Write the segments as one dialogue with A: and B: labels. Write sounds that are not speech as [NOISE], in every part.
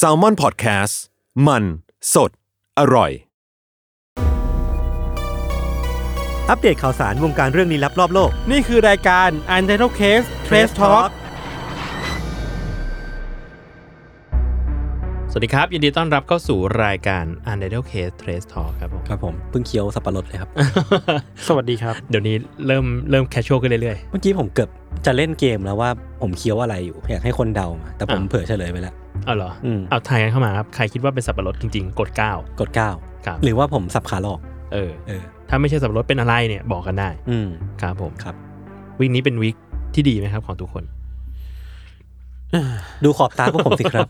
A: s a l m o n PODCAST มัน สด อร่อย
B: อัปเดตข่าวสารวงการเรื่องลี้ลับรอบโลก
C: นี่คือรายการ u n t i t l e Case Trace Talk สวัสดีครับ ยินดีต้อนรับเข้าสู่รายการ u n t i t l e Case Trace Talk ครับผม
B: ครับผมเพิ่งเคี้ยวสับปะรดเลยครับ
D: สวัสดีครับ
C: เดี๋ยวนี้เริ่มเริ่มแคชชวลขึ้นเรื่อย
B: เมื่อกี้ผมเกือบจะเล่นเกมแล้วว่าผมเคี้ยวอะไรอยู่ อยากให้คนเดามา แต่ผม
C: อ่ะ
B: เผลอเฉลยไปแล้ว
C: ๆ เอาเหรอ
B: อืม
C: เอาทายกันเข้ามาครับ ใครคิดว่าเป็นสับปะรดจริง ๆ กด 9
B: กดเก้า
C: ครับ
B: หรือว่าผมสับขาหลอก
C: เออ
B: เออ
C: ถ้าไม่ใช่สับปะรดเป็นอะไรเนี่ย บอกกันได้
B: อืม
C: ครับผม
B: ครับ
C: วีคนี้เป็นวีคที่ดีไหมครับของทุกคน
B: ดูขอบตาพวกผมสิครับ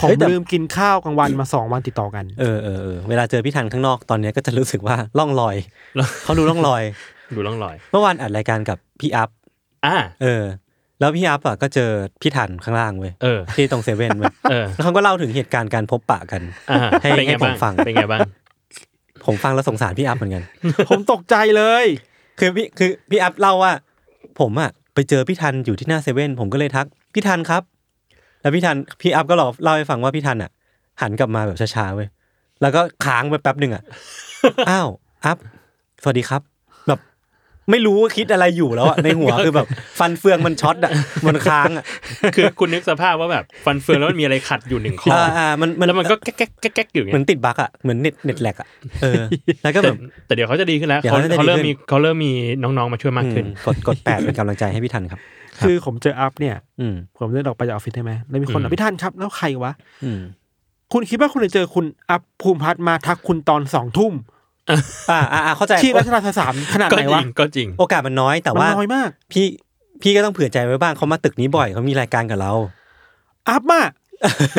D: ผม
B: เฮ้ยแต่
D: ลืมกินข้าวกลางวันมาสองวันติดต่อกัน [LAUGHS]
B: เออเออเออเวลาเจอพี่ทันข้างนอกตอนเนี้ยก็จะรู้สึกว่าล่องล [LAUGHS] อย
C: ล่อง
B: เขาดูล่องลอย
C: ดูร่องรอย
B: เมื่อวานอัดรายการกับพี่อัพ
C: อ่า
B: เออ แล้วพี่อัพอ่ะก็เจอพี่ทันข้างล่างเว้ย
C: เออ
B: ที่ตรงเซเว่นเว้ย
C: เออ
B: แล้วเขาก็เล่าถึงเหตุการณ์การพบปะกัน
C: อ่า
B: [LAUGHS] ให้
C: เป็นไง
B: ให้ผ
C: บ้าม ง
B: ฟัง
C: เป็นไงบ้าง
B: ผมฟังแล้วสงสารพี่อัพเหมือนกัน
D: ผมตกใจเลย
B: คือพี่คือพี่อัพเล่าว่า ผมอะไปเจอพี่ทันอยู่ที่หน้าเซเว่นผมก็เลยทัก พี่ทันครับ แล้วพี่ทันพี่อัพก็หลอกเล่าให้ฟังว่าพี่ทันอะหันกลับมาแบบช้าๆเว้ยแล้วก็ค้างไปแป๊บหนึ่งอะ
C: [LAUGHS]
B: อ้าวอัพสวัสดีครับ แบบไม่รู้ว่าคิดอะไรอยู่แล้วอะใน
C: [LAUGHS]
B: หัวคือแบบ ฟันเฟืองมันช็อตอะมันค้างอะ
C: คือคุณนึกสภาพว่าแบบฟันเฟืองแล้วมันมีอะไรขัดอยู่หนึ่ง [LAUGHS] ข้อ
B: อ่าอ่ามันมัน
C: แล้วมันก็แก๊กแก๊กแก๊กแก๊กอยู่อย่าง
B: เหมื
C: เงี้
B: อยนติดบั๊กอะเหมือนเน็ตเน็ตแลกอะเออ แล้วก็
C: แต่
B: แบบ
C: แต่เดี๋ยวเขาจะดีขึ้นแล้ว
B: เดี๋ยว
C: เขา
B: เขาจะดี
C: เขาเริ่ม
B: ขึ้น
C: มีเขาเริ่มมีน้องๆมาช่วยมากขึ้น
B: อืมกดกดแปดเป็นกำลังใจให้พี่ทันครับ
D: คือผมเจออัพเนี่ย
B: อืม
D: ผมเดินออกไปจากออฟฟิศใช่ไหมแล้วมีค
C: อื
D: น
C: ม
D: อ่ะพี่ทันครับ แล้วใครวะ
B: อืม
D: คุณคิดว่าคุณจะเจอคุณอัพภูมิพัฒน์มาทักคุณตอนสองทุ่ม
B: อ่าอ่าเข้าใจ
D: ที่รัชดาสามขนาด
C: ก็
D: ไหน
C: จริ
D: วะ
C: งก็จริง
B: โอกาสมันน้อยแต่
D: มัน
B: ว่าม
D: น้อยมาก
B: พี่พี่ก็ต้องเผื่อใจไว้บ้างเขามาตึกนี้บ่อยเขามีรายการกับเรา
D: อัพมาก [LAUGHS]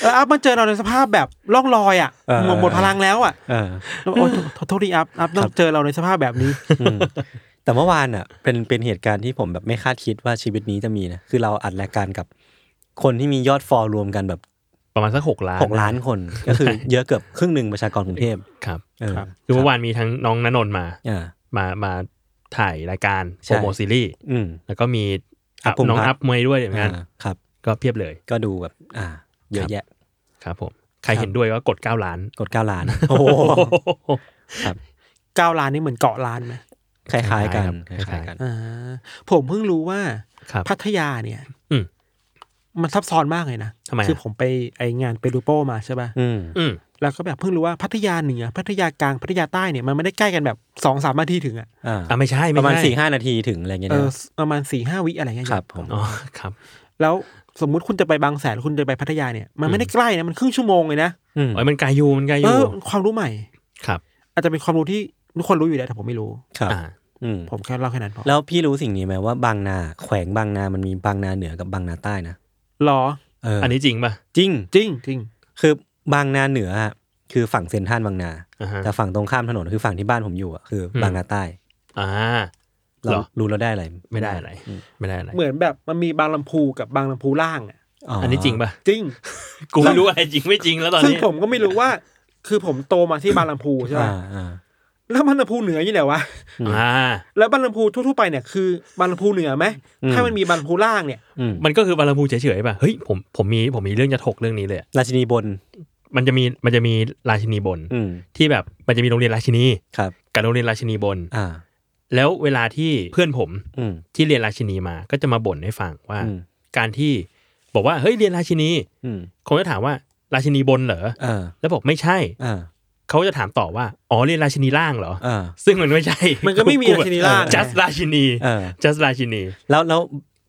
D: เอออัพมาเจอเราในสภาพแบบล่องลอยอ่ะ
B: เออ
D: หมดหมดพลังแล้วอ่ะ
B: เออ
D: แล้วโอ้ยขอโทษดีอัพอัพต้องเจอเราในสภาพแบบนี้
B: อืมแต่เมื่อวานอ่ะ เป็นเป็นเหตุการณ์ที่ผมแบบไม่คาดคิดว่าชีวิตนี้จะมีนะคือเราอัดรายการกับ คนที่มียอดฟอลรวมกันแบบ
C: ประมาณสักหกล้าน
B: หกล้านคน ก็คือเยอะเกือบครึ่งหนึ่งประชากรกรุงเทพ
C: ครับ
B: เออ
D: ครับ
C: คือเมื่อวานมีทั้งน้องณนนท์มา
B: อ่า
C: มามาถ่ายรายการ
B: ใช่
C: โปรโมทซีรีส์
B: อืม
C: แล้วก็มี
B: อัพภูมิ
C: น้อง
B: พัฒน์
C: อัพมวยด้วยเหมือนกัน
B: อ่าครับ
C: ก็เพียบเลย
B: ก็ดูแบบ อ่า เยอะแยะ
C: ครับผมใคร
B: ครับ
C: เห็นด้วยก็กด 9 ล้าน
B: กดเก้าล้าน โอ้โห ครับ
D: เก้าล้านนี่เหมือนเกาะล้านไหม
B: คล้ายๆกัน
C: คล้ายๆ
B: ค
C: ครับ
B: ล้ายๆกัน
D: อ่าผมเพิ่งรู้ว่า
C: ครับ
D: พัทยาเนี่ย
C: อืม
D: มันซับซ้อนมากเลยนะ
C: ทำไมอะ
D: คือผมไปไองานเปรูโปมาใช่ป่ะ
B: อืม
C: อืม
D: แล้วก็แบบเพิ่งรู้ว่าพัทยาเหนือพัทยากลางพัทยาใต้เนี่ยมันไม่ได้ใกล้กันแบบสองสามนาทีถึงอะ
B: อ่า
C: อ่ะไม่ใช่
B: ป
C: ไม่
B: ระมาณ
C: ใช่
B: สี่ห้านาทีถึงอะไรเงี้ย
D: เอ
B: นะ
D: อประมาณสี่ห้าวิอะไรเงี้ย
B: ครับผม
C: อ๋อครับ
D: แล้วสมมุติคุณจะไปบางแสนคุณจะไปพัทยาเนี่ย มันไม่ได้ใกล้นะมันครึ่งชั่วโมงเลยนะ
B: อืม
C: โอ้ยมันไกลอยู่มันไกลอ
D: เอยู่ อความรู้ใหม่
C: ครับ
D: อาจจะเป็นความรู้ที่ทุกคนรู้อยู่แล้วแต่ผมไม่รู้
B: ครับ
C: อ่า
B: อืม
D: ผมแค่เล่าแค่นั้นพอ
B: แล้วพี่รู้สิ่งนี้ไหมว่าบางนาแขวงบางนามันมีบางนาเหนือกับบางนาใต้นะ
D: หรอ
B: เออ
C: อั
B: อั
C: นนี้จริงป่ะ
B: จริง
D: จริงจริง
B: คือบางนาเหนืออะคือฝั่งเซ็นทรัลบางนา
C: อ่าฮะ
B: แต่ฝั่งตรงข้ามถนนคือฝั่งที่บ้านผมอยู่อ่ะคืออ
C: ม
B: บางนาใต้
C: อ่า
B: เรา
C: เหรอ
B: รู้แล้วได้อะไร
C: ไม่ได้อะไร ไม่ได้อะไร
D: เหมือนแบบมันมีบางลำพูกับบางลำพูล่างอะ
C: อันนี้จริงป่ะ
D: จริง
C: กูไม่รู้อะไรจริงไม่จริงแล้วตอน
D: ซึ่ง
C: นี้
D: ผมก็ไม่รู้ว่า คือผมโตมาที่บางลำพูใช่ไหม
B: อ่าอ่า
D: แล้วบางลำพูเหนืออยู่ไหนวะ
C: อ่า
D: แล้วบางลำพูทั่วๆไปเนี่ยคือบางลำพูเหนือไหม
B: อืม
D: ถ้ามันมีบางลำพูล่างเนี่ย
B: อืม
C: มันก็คือบาลามูเฉยๆป่ะ เฮ้ยผมผมมีผมมีเรื่องจะถกเรื่องนี้เลยอะ
B: ราชินีบน
C: มันจะมีมันจะมีราชินีบน
B: อืม
C: ที่แบบมันจะมีโรงเรียนราชินี
B: ครับ
C: กับโรงเรียนราชินีบน
B: อ่า
C: แล้วเวลาที่เพื่อนผม
B: อืม
C: ที่เรียนราชินีมาก็จะมาบ่นให้ฟังว่า
B: อืม
C: การที่บอกว่าเฮ้ยเรียนราชินี
B: อืม
C: คนก็ถามว่าราชินีบนเหรอ
B: อ่า
C: แล้วบอกไม่ใช่
B: อ่า
C: เขาจะถามต่อว่าอ๋อเรียนราชินีล่างเหรอ
B: อ่า
C: ซึ่งมันไม่ใช่
D: มันก็ไม่มีราชินีล่าง
C: จั just ราชินี
B: เออ
C: จั just ราชินี
B: แล้วแล้ว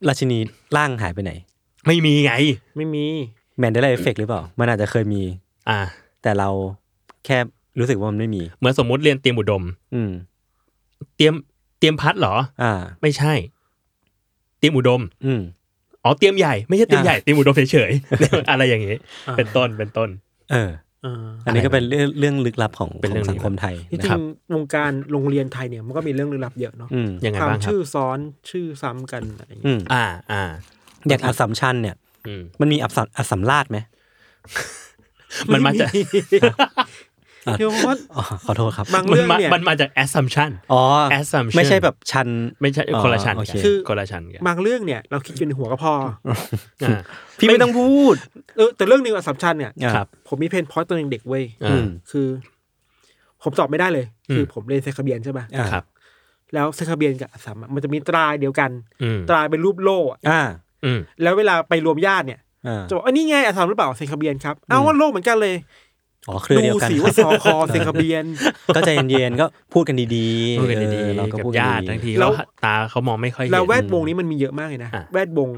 B: ราชินีล่างหายไปไหน
C: ไม่มีไง
D: ไม่มี
B: แมนเดลเอฟเฟกหรือเปล่า มันอาจจะเคยมี
C: อ่า
B: แต่เราแค่รู้สึกว่ามันไม่มี
C: เหมือนสมมติเรียนเตรียมอุดม
B: อืม
C: เตรียมเตรียมพัดเหรอ
B: อ่า
C: ไม่ใช่ เตรียมอุดม
B: อืม
C: อ๋อเตรียมใหญ่ไม่ใช่เตรียมใหญ่เตรียมอุดมเฉยๆ อะไรอย่างนี้
D: อ่า
C: เป็นต้นเป็นต้น
B: เออ
D: อ่า
B: อันนี้ก็เป็นเรื่องเรื่องลึกลับของ
C: เป็นเรื่อง
B: ของสังคมไทย
D: ที่
B: นะ
D: จริ
B: ครับ
D: งวงการโรงเรียนไทยเนี่ยมันก็มีเรื่องลึกลับเยอะเนาะ
B: อืม
C: ยังไง
D: ตาม
C: บ้างครับ
D: ชื่อซ้อนชื่อซ้ำกันอะไรอย่าง
B: อื
D: เงี้ย
B: ม
C: อ่าอ่า
B: อย่างอัสสัมชัญเนี่ย
C: อืม
B: มันมีอัสสัมอัสสัมราชไหม
C: มันมาจาก
D: [LAUGHS] เดี๋ยวว่า
B: อ๋อขอโทษครับ
D: บาง
C: มัน
D: เรื่อง
C: มา
D: เนี่ย
C: มันมาจาก assumption
B: อ๋อ
C: assumption
B: ไม่ใช่แบบชัน
C: ไม่ใช่
B: อ๋อ
C: คนละชั้น
B: โอเค
C: กัน
B: คือ
C: คนละชั้นกัน
D: บางเรื่องเนี่ยเราคิดอยู่ในหัวก็พอ
C: อ่า
B: พี่ไม่ต้องพูด
D: เออแต่เรื่องนิวอัสสัมชัญเนี่ย
C: ครับ
D: ผมมีเพนพอยต์ตอนเด็กๆเว้ย
C: อ่า
D: คือ ผมตอบไม่ได้เลย คืออ
C: ม
D: ผมเรียนเซคาเบียนใช่ปะ
B: อ่า
C: ครับ
D: แล้วเซคาเบียนกับอัสสัมอะมันจะมีตราเดียวกัน
C: อืม
D: ตราเป็นรูปโล่อะ
B: อ่า
C: อืม
D: แล้วเวลาไปรวมญาติเนี่ย
B: อ่า
D: จะบอกอันนี้ไงอัสสัมหรือเปล่าเซคาเบียนครับเอ้าว่าโล่เหมือนกันเลย
B: อ๋อเครือเดียวกัน
D: สิ
B: ครั
D: ว่า
B: บ
D: สอคอเซคาเบียน
B: ก็ใจเย็นๆก็พูดกันดีๆ
C: พูดกันดี
B: ออเราก็
C: ๆกับ
B: พูดกัน
C: ญาติ
B: ดี
C: ทั้งที
D: แล้
C: แล้ว
D: ว
C: ตาเขามองไม่ค่อยเห็น
D: แล้วแวดวงนี้มันมีเยอะมากเลยนะ
C: อ่ะ
D: แวดวง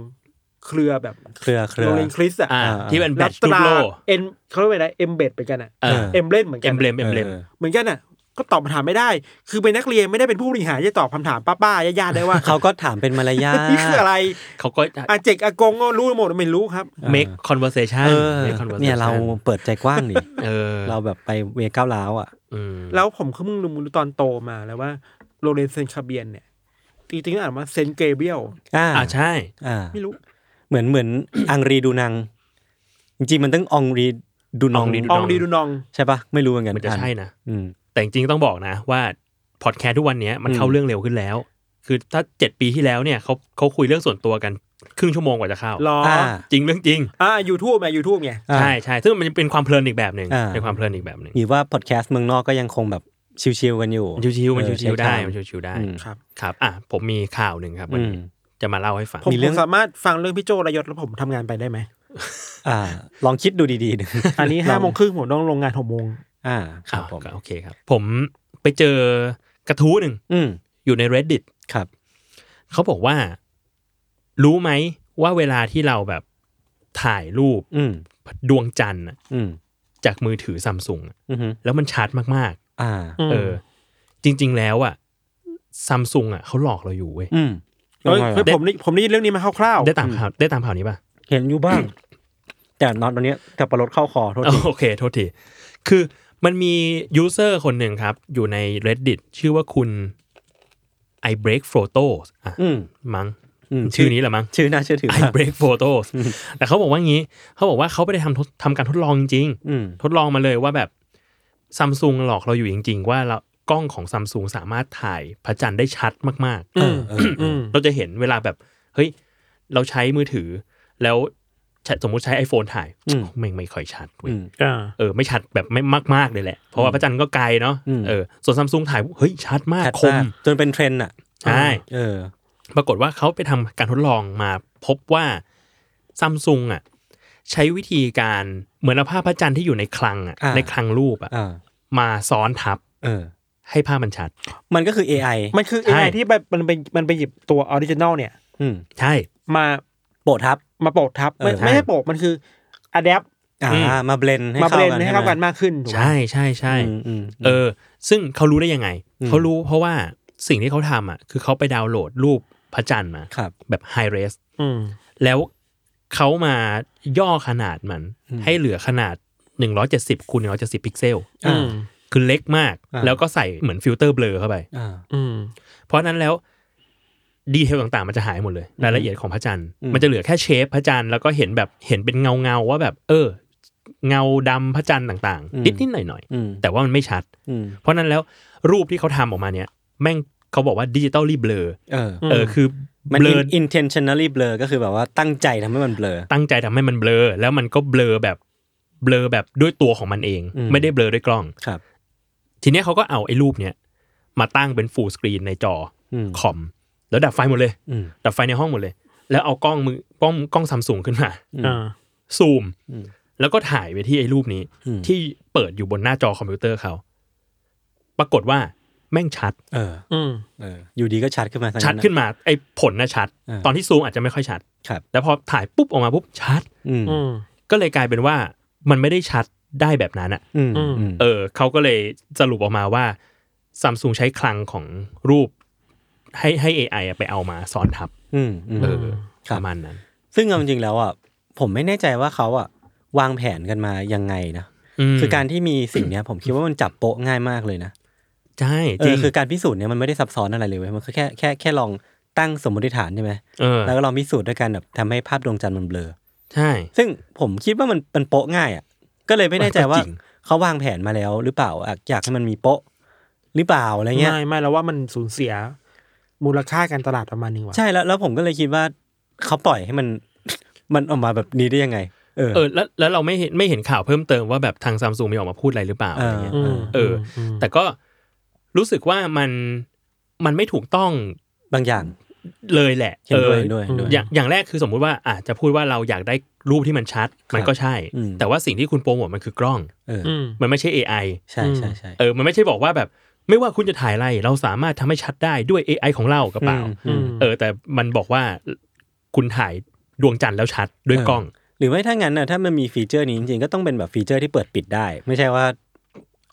D: เครือแบบ
B: เครือเครือ
D: โรงเรียนคริสต์อ่ะ
C: อ่า
B: อ่า
C: ที่เป็นแบ
D: รั
C: ต
D: ต
C: รูป
D: รา
C: โล
D: เอ็นเขาเรียกว่าอะไรเอ็มเบดไปกันอ่ะ
C: เออ
D: เอ็มเล่นเหมือน
C: เอ็
D: กัน
C: มเบลม
B: เอ
C: เอ็ม
B: อ
C: เบลม
D: เหมือนกันอ่ะ ก็ตอบคำถามไม่ได้ คือเป็นนักเรียนไม่ได้เป็นผู้บริหารจะตอบคำถามป้าๆญาติๆได้ว่า
B: เขาก็ถามเป็นมารยาท
D: นี่คืออะไร
C: เขาก็
D: อาเจกอากงก็รู้หมดไม่รู้ครับ
C: make conversation
B: เออ
C: make conversation
B: เนี่ยเราเปิดใจกว้างนี่
C: เออ
B: เราแบบไปเวก้าวร้าวอ่ะ
C: อืม
D: แล้วผมก็เพิ่งรู้ตอนโตมาแล้วว่าโรงเรียนเซนคาเบียนเนี่ยจริงๆอ่านว่าเซนเกเบียล
B: อ่า
C: อ่าใช่
B: อ่า
D: ไม่รู้
B: เหมือนเหมือน อังรีดูนัง จริงๆ มันต้ององรีดูนอง
C: องรี
D: อองดีดูนอง
B: ใช่ปะไม่รู้เหมือนกัน
C: มันจะใช่นะ
B: อืม
C: แต่จริงๆต้องบอกนะว่าพอดแคสต์ทุกวันเนี้ยมัน
B: อืม
C: เข้าเรื่องเร็วขึ้นแล้ว คือถ้าเจ็ดปีที่แล้วเนี่ยเขาเขาคุยเรื่องส่วนตัวกันครึ่งชั่วโมงกว่าจะเข้าร
D: อ
B: อ่า
C: จริงเรื่องจริง
D: อ่ายูทูบไงยูทูบไง
B: อ่า
C: ใช่ใช่ซึ่งมันเป็นความเพลินอีกแบบหนึ่ง
B: อ่า
C: เป็นความเพลินอีกแบบหนึ่ง
B: หรือว่าพอดแคสต์เมืองนอกก็ยังคงแบบชิวๆกันอยู่
C: มันชิวๆมัน
B: เออ
C: ชิวๆได้
B: ใช้คำ
C: มันชิวๆได้
B: อืม
D: ครับ
C: ครับอ่ะผมมีข่าวหนึ่งครับวัน
B: อืม
C: นี้จะมาเล่าให้ฟัง
D: ผม
B: มีเรื่อง
D: ผมสามารถฟังเรื่องพี่โจระยศแล้วผมทำงานไปได้ไหม
B: อ่า ลองคิดดูดีๆหนึ่ง
C: [LAUGHS]
D: อันนี้ห้าโมงครึ่งผมต้องลงงานหกโมง
B: อ่า ค
C: ค
B: รั
C: รั
B: บบ ผม
C: โอเคครับ ผมไปเจอกระทู้หนึ่ง
B: อืม
C: อยู่ใน reddit
B: ครับ
C: เขาบอกว่า รู้ไหมว่าเวลาที่เราแบบถ่ายรูป
B: อืม
C: ดวงจันทร์น่ะ
B: อืม
C: จากมือถือซัมซุง
B: อือหือ
C: แล้วมันชัดมาก
B: อ่า
C: ๆ เออ จริง ๆ แล้วอ่ะซัมซุงอ่ะเขาหลอกเราอยู่เว้ย
B: อืม
D: เฮ้ย
B: ยัง
D: เฮ้ยว
B: ไงะ
D: ผมนี่ผมได้ยินเรื่องนี้มาคร่าว
C: ได้ตามข่าวได้ตามข่าวนี้ป่ะ
B: เห็นอยู่บ้าง แต่นอนตอนเนี้ยแต่ประลดเข้าคอโทษที
C: โอเค โทษที คือมันมียูเซอร์คนหนึ่งครับ อยู่ใน reddit ชื่อว่าคุณ i break photos อ่ะ
B: อืม
C: มั้ง
B: อืม
C: ชื่อนี้แหละมั้ง
B: ชื่อน่าเชื่อถือ
C: I
B: มาก
C: break photos แต่เขาบอกว่างี้ เขาบอกว่าเขาไปได้ทำทดทำการทดลองจริง
B: อืม
C: ๆทดลองมาเลยว่าแบบซัมซุงหลอกเราอยู่จริง ๆ ว่าเรากล้องของซัมซุงสามารถถ่ายพระจันทร์ได้ชัดมาก
D: อืมอืม
C: ๆ เราจะเห็นเวลาแบบเฮ้ยเราใช้มือถือ แล้วใช้สมมุติใช้ iPhone ถ่ายไม่งไม่ค่อยชัดเว้ย
B: อืม
D: อ่า
C: เออไม่ชัดแบบไม่มากๆเลยแหละ เพราะว่าพระจันทร์ก็ไกลเนาะ
B: อืม
C: เออส่วนซัมซุงถ่ายเฮ้ยชัดมาก
B: ชัด
C: ค
B: มาม กจนเป็นเทรนด์อ่ะ
C: ใช่
B: เออ
C: ปรากฏว่าเขาไปทำการทดลองมาพบว่าซัมซุงอ่ะใช้วิธีการเหมือนเอาภาพพระจันทร์ที่อยู่ในคลังอ่ะ
B: อ่า
C: ในคลังรูปอ่ะ
B: อ่า
C: มาซ้อนทับ
B: เออ
C: ให้ภาพมันชัด
B: มันก็คือ AI
D: มันคือ
C: ใช่
D: AI ที่แบบมันไปมันไปหยิบตัวออริจินอลเนี่ย
B: อืม
C: ใช่
D: มา
B: โปรดทับ
D: มาโปะทับ ไม่
B: เออใช่
D: ไม่ใช่โปะมันคืออะแดป
B: อ่า
C: อืม
B: มาเบลนให้
D: มา
B: เข้า
D: เป
B: กั
D: ลี่ย
B: น
D: นให้เข้ากันมากขึ้นถูกไหม
C: ใช่ใช่ใช่
B: ใช่ไหมอืมอืม
C: เออ ซึ่งเขารู้ได้ยังไง เขารู้เพราะว่าสิ่งที่เขาทำอ่ะคือเขาไปดาวน์โหลดรูปพระจันทร์มา
B: ครับ
C: แบบไฮเรส
D: อืม
C: แล้วเขามาย่อขนาดมัน ให้เหลือขนาด 170คูณ170พิกเซล
B: อ่า
D: อืม
C: คือเล็กมาก
B: อ่า
C: แล้วก็ใส่เหมือนฟิลเตอร์เบลอเข้าไป
B: อ่า
D: อืม
C: เพราะฉะนั้นแล้วดีเทลต่างๆ มันจะหายหมดเลยรายละเอียดของพระจันทร์
B: อืม
C: มันจะเหลือแค่เชฟพระจันทร์แล้วก็เห็นแบบเห็นเป็นเงาเงาๆว่าแบบ เออ เงาดำพระจันทร์ต่างๆนิดนิดๆหน่อยหน่อย
B: อืม
C: ๆแต่ว่ามันไม่ชัด
B: อืม
C: เพราะฉะนั้นแล้วรูปที่เขาทำออกมาเนี่ย แม่งเขาบอกว่าดิจิตอลรีเบลอ
B: เออ
C: เออคือ
B: มัน
C: เบลอ
B: intentionally blur ก็คือแบบว่าตั้งใจทำให้มันเบลอ
C: ตั้งใจทำให้มันเบลอ แล้วมันก็เบลอแบบเบลอแบบด้วยตัวของมันเอง
B: อืม
C: ไม่ได้เบลอด้วยกล้อง
B: ครับ
C: ทีเนี้ยเขาก็เอาไอ้รูปเนี่ยมาตั้งเป็นฟูลสกรีนในจออ
B: ม
C: คอม แล้วดับไฟหมดเลย
B: อืม
C: ดับไฟในห้องหมดเลย แล้วเอากล้องมือกล้องกล้องซัมซุงขึ้นมา
D: อ่า
C: ซูม
B: อืม
C: แล้วก็ถ่ายไปที่ไอ้รูปนี้
B: อืม
C: ที่เปิดอยู่บนหน้าจอคอมพิวเตอร์เขา ปรากฏว่าแม่งชัด
B: เออ
D: อืม
B: เออ อยู่ดีก็ชัดขึ้นมาทั้ง
C: ชัดขึ้นมา ไอ้ผลน่ะชัด
B: เออ
C: ตอนที่ซูมอาจจะไม่ค่อยชัด
B: ครับ
C: แล้วพอถ่ายปุ๊บออกมาปุ๊บชัด
B: อืม
D: อืม
C: ก็เลยกลายเป็นว่ามันไม่ได้ชัดได้แบบนั้นอะ
B: อืม
D: อืม
B: อืม
C: เออเขาก็เลยสรุปออกมาว่าซัมซุงใช้คลังของรูป ให้ให้ AI อะไปเอามาซ้อนทับ
B: อืมอืม
C: เออ
B: ครั
C: ป
B: บ
C: ระมาณนั้น
B: ซึ่งเอาจริงๆแล้วอ่ะผมไม่แน่ใจว่าเขาอ่ะวางแผนกันมายังไงนะ
C: ม
B: คือการที่มีสิ่งเนี้ย ผมคิดว่ามันจับโปะง่ายมากเลยนะ
C: ใช่
B: เอ
C: จริ
B: อง คือการพิสูจน์เนี่ยมันไม่ได้ซับซ้อนอะไรเลยเว้ยมันคือแค่แค่แค่ลองตั้งสมมติฐานใช่ไหม
C: เออ
B: แล้วก็ลองพิสูจน์ด้วยการแบบทำให้ภาพดวงจันทร์มันเบลอ
C: ใช่
B: ซึ่งผมคิดว่ามันมันโป๊ะง่ายอ่ะก็เลยไม่แน่ใจว่า
C: ริง
B: เขาวางแผนมาแล้วหรือเปล่าอ่ะอยากให้มันมีโป๊ะหรือเปล่าอะไรเงี้ย
D: ไม่ไม่แล้วว่ามันสูญเสีย มูลค่าการตลาดประมาณนึงว่ะ
B: ใช่แล้วแล้วผมก็เลยคิดว่าเขาปล่อยให้มัน [LAUGHS] มันออกมาแบบนี้ได้ยังไง เออ
C: เออแล้วแล้วเราไม่เห็นไม่เห็นข่าวเพิ่มเติมว่าแบบทางซัมซุงมีออกมาพูดอะไรหรือเปล่าอะไรเงี้ย
B: เออ
D: ม
C: เออ
D: ม
C: แต่ก็รู้สึกว่ามันมันไม่ถูกต้อง
B: บางอย่าง
C: เลยแหละ
B: เห็นด้วย
C: ออ
B: เห็นด้วยเห็นด้วย
C: อย่างอย่างแรกคือสมมุติว่าอาจจะพูดว่าเราอยากได้รูปที่มันชัด มันก็ใช่
B: อืม
C: แต่ว่าสิ่งที่คุณโปรโมทมันคือกล้อง
B: เออ
D: อืม
C: มันไม่ใช่ AI
B: ใช่ใช่ใช่
C: เออ มันไม่ใช่บอกว่าแบบไม่ว่าคุณจะถ่ายอะไร เราสามารถทำให้ชัดได้ด้วย AI ของเรากระเป๋า
B: อืม
D: อืม
C: เออ แต่มันบอกว่าคุณถ่ายดวงจันทร์แล้วชัดด้วยกล้อง
B: หรือไม่ถ้างั้นนะถ้ามันมีฟีเจอร์นี้จริงๆก็ต้องเป็นแบบฟีเจอร์ที่เปิดปิดได้ ไม่ใช่ว่า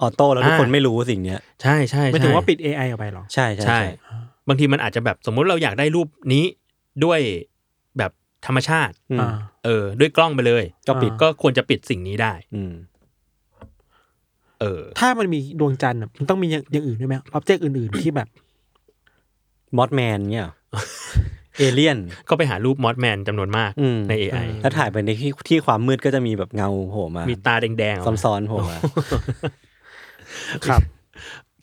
B: ออโต้แล้วทุกคน
C: อ่า
B: ไม่รู้สิ่งเนี้ย
C: ใช่ใช่
D: ไม่
C: ใช่
D: ถึงว่าปิด AI ออกไปหรอ
B: ใช่ใช่
C: ใช่
B: ใช่
C: บางทีมันอาจจะแบบสมมุติเราอยากได้รูปนี้ด้วยแบบธรรมชาติ
B: อืม
D: อ่า
C: เออ ด้วยกล้องไปเลย
D: ก็ปิด
C: ก็ควรจะปิดสิ่งนี้ได้
B: อืม
C: เออ
D: ถ้ามันมีดวงจันทร์อะมันต้องมีอย่างอย่างอื่นด้วยไหมอ็อบเจกต์อื่นๆที่แบบ
B: มอสแมนเนี่ย เอเลี่ยน
C: ก็ไปหารูปมอสแมนจำนวนมาก
B: อืม
C: ใน AI
D: อืม
B: แล้วถ่ายไปในที่ที่ความมืดก็จะมีแบบเงาโผล่มา
C: มีตาแดงๆออกมา
B: ซ้อนๆโผล่มา
D: ครับ